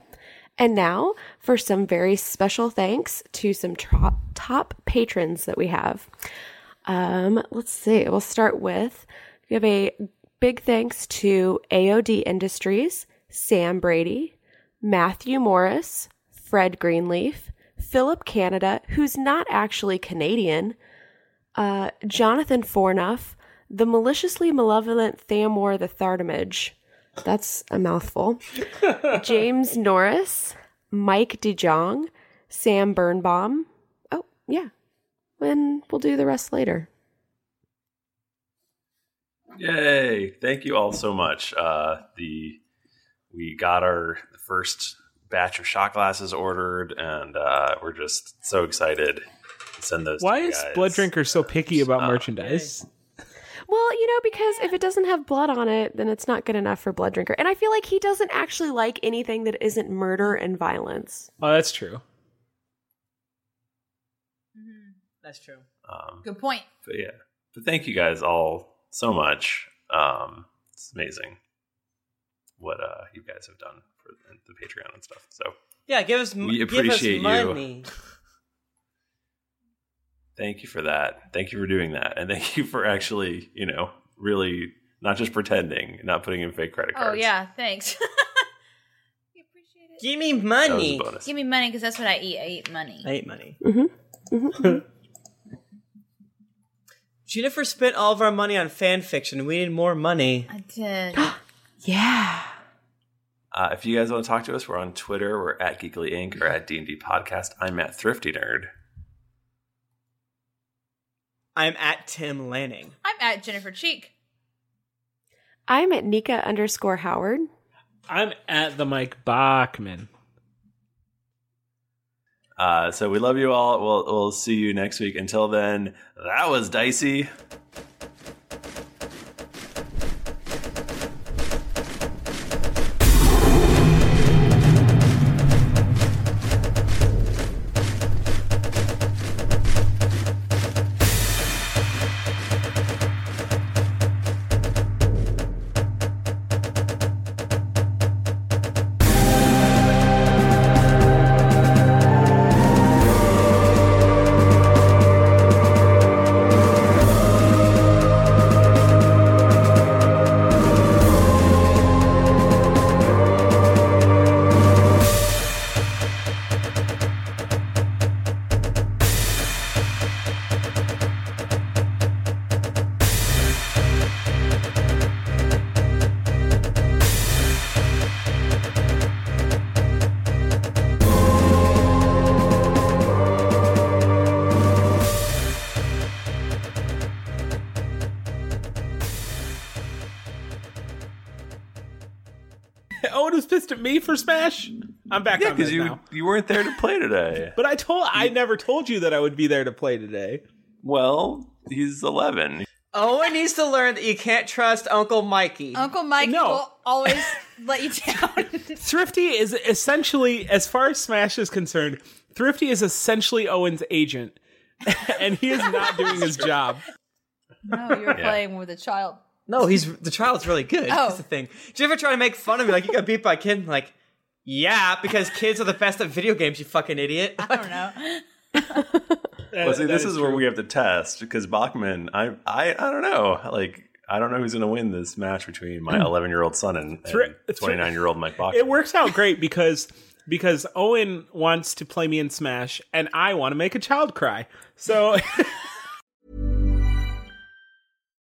J: and now for some very special thanks to some tro- top patrons that we have. Um, let's see. We'll start with we have a big thanks to AOD Industries, Sam Brady, Matthew Morris, Fred Greenleaf, Philip Canada, who's not actually Canadian, uh, Jonathan Fornuff, the maliciously malevolent Thamor the Thardamage. That's a mouthful. James Norris, Mike DeJong, Sam Birnbaum. Oh, yeah. Then we'll do the rest later.
B: Yay! Thank you all so much. Uh, the we got our first batch of shot glasses ordered, and uh, we're just so excited to send those.
E: Why
B: to you
E: is
B: guys. Ah.
E: Blood Drinker so picky about merchandise?
J: Well, you know, because if it doesn't have blood on it, then it's not good enough for Blood Drinker. And I feel like he doesn't actually like anything that isn't murder and violence.
E: Oh, that's true.
C: That's true.
B: Um,
D: Mm-hmm. Good point.
B: but yeah, but thank you guys all so much. Um, it's amazing what uh, you guys have done for the, the Patreon and stuff. So
C: Yeah, give us m-
B: We appreciate you.
C: give us money.
B: thank you for that. Thank you for doing that, and thank you for actually, you know, really not just pretending, not putting in fake credit cards.
D: Oh yeah, thanks.
C: Give me
B: That was a
C: money.
B: bonus.
D: Give me money because that's what I eat. I eat money.
C: I hate money.
J: Mm-hmm.
C: Jennifer spent all of our money on fan fiction. We need more money.
D: I did.
J: yeah.
B: Uh, if you guys want to talk to us, we're on Twitter. We're at Geekly Inc. or at D&D Podcast. I'm at Thrifty Nerd.
C: I'm at Tim Lanning.
D: I'm at Jennifer Cheek.
J: I'm at Nika underscore Howard.
E: I'm at the Mike Bachman.
B: Uh, so we love you all. We'll, we'll see you next week. Until then, that was dicey.
E: Owen was Oh, pissed at me for Smash. I'm back
B: Yeah,
E: on this
B: because you
E: now.
B: you weren't there to play today.
E: But I told I never told you that I would be there to play today.
B: Well, he's eleven.
C: Owen needs to learn that you can't trust Uncle Mikey.
D: Uncle Mike
C: Oh.
D: will always let you down.
E: Thrifty is essentially, as far as Smash is concerned, Thrifty is essentially Owen's agent, and he is not doing his job.
D: No, you're
E: Yeah.
D: playing with a child.
C: No, he's the child's really good.
D: Oh.
C: That's the thing. Did you ever try to make fun of me like you got beat by a kid? And like, yeah, because kids are the best at video games. You fucking idiot.
D: I don't know.
B: well, see,
C: that
B: this
C: is
B: is, where we have to test because Bachman, I, I, I don't know. Like, I don't know who's going to win this match between my 11 year old son and
E: Thri- thri-
B: 29 year old Mike Bachman.
E: Hmm. It works out great because because Owen wants to play me in Smash, and I want to make a child cry. So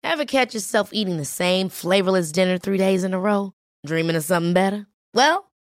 H: Ever catch yourself eating the same flavorless dinner three days in a row? Dreaming of something better? Well,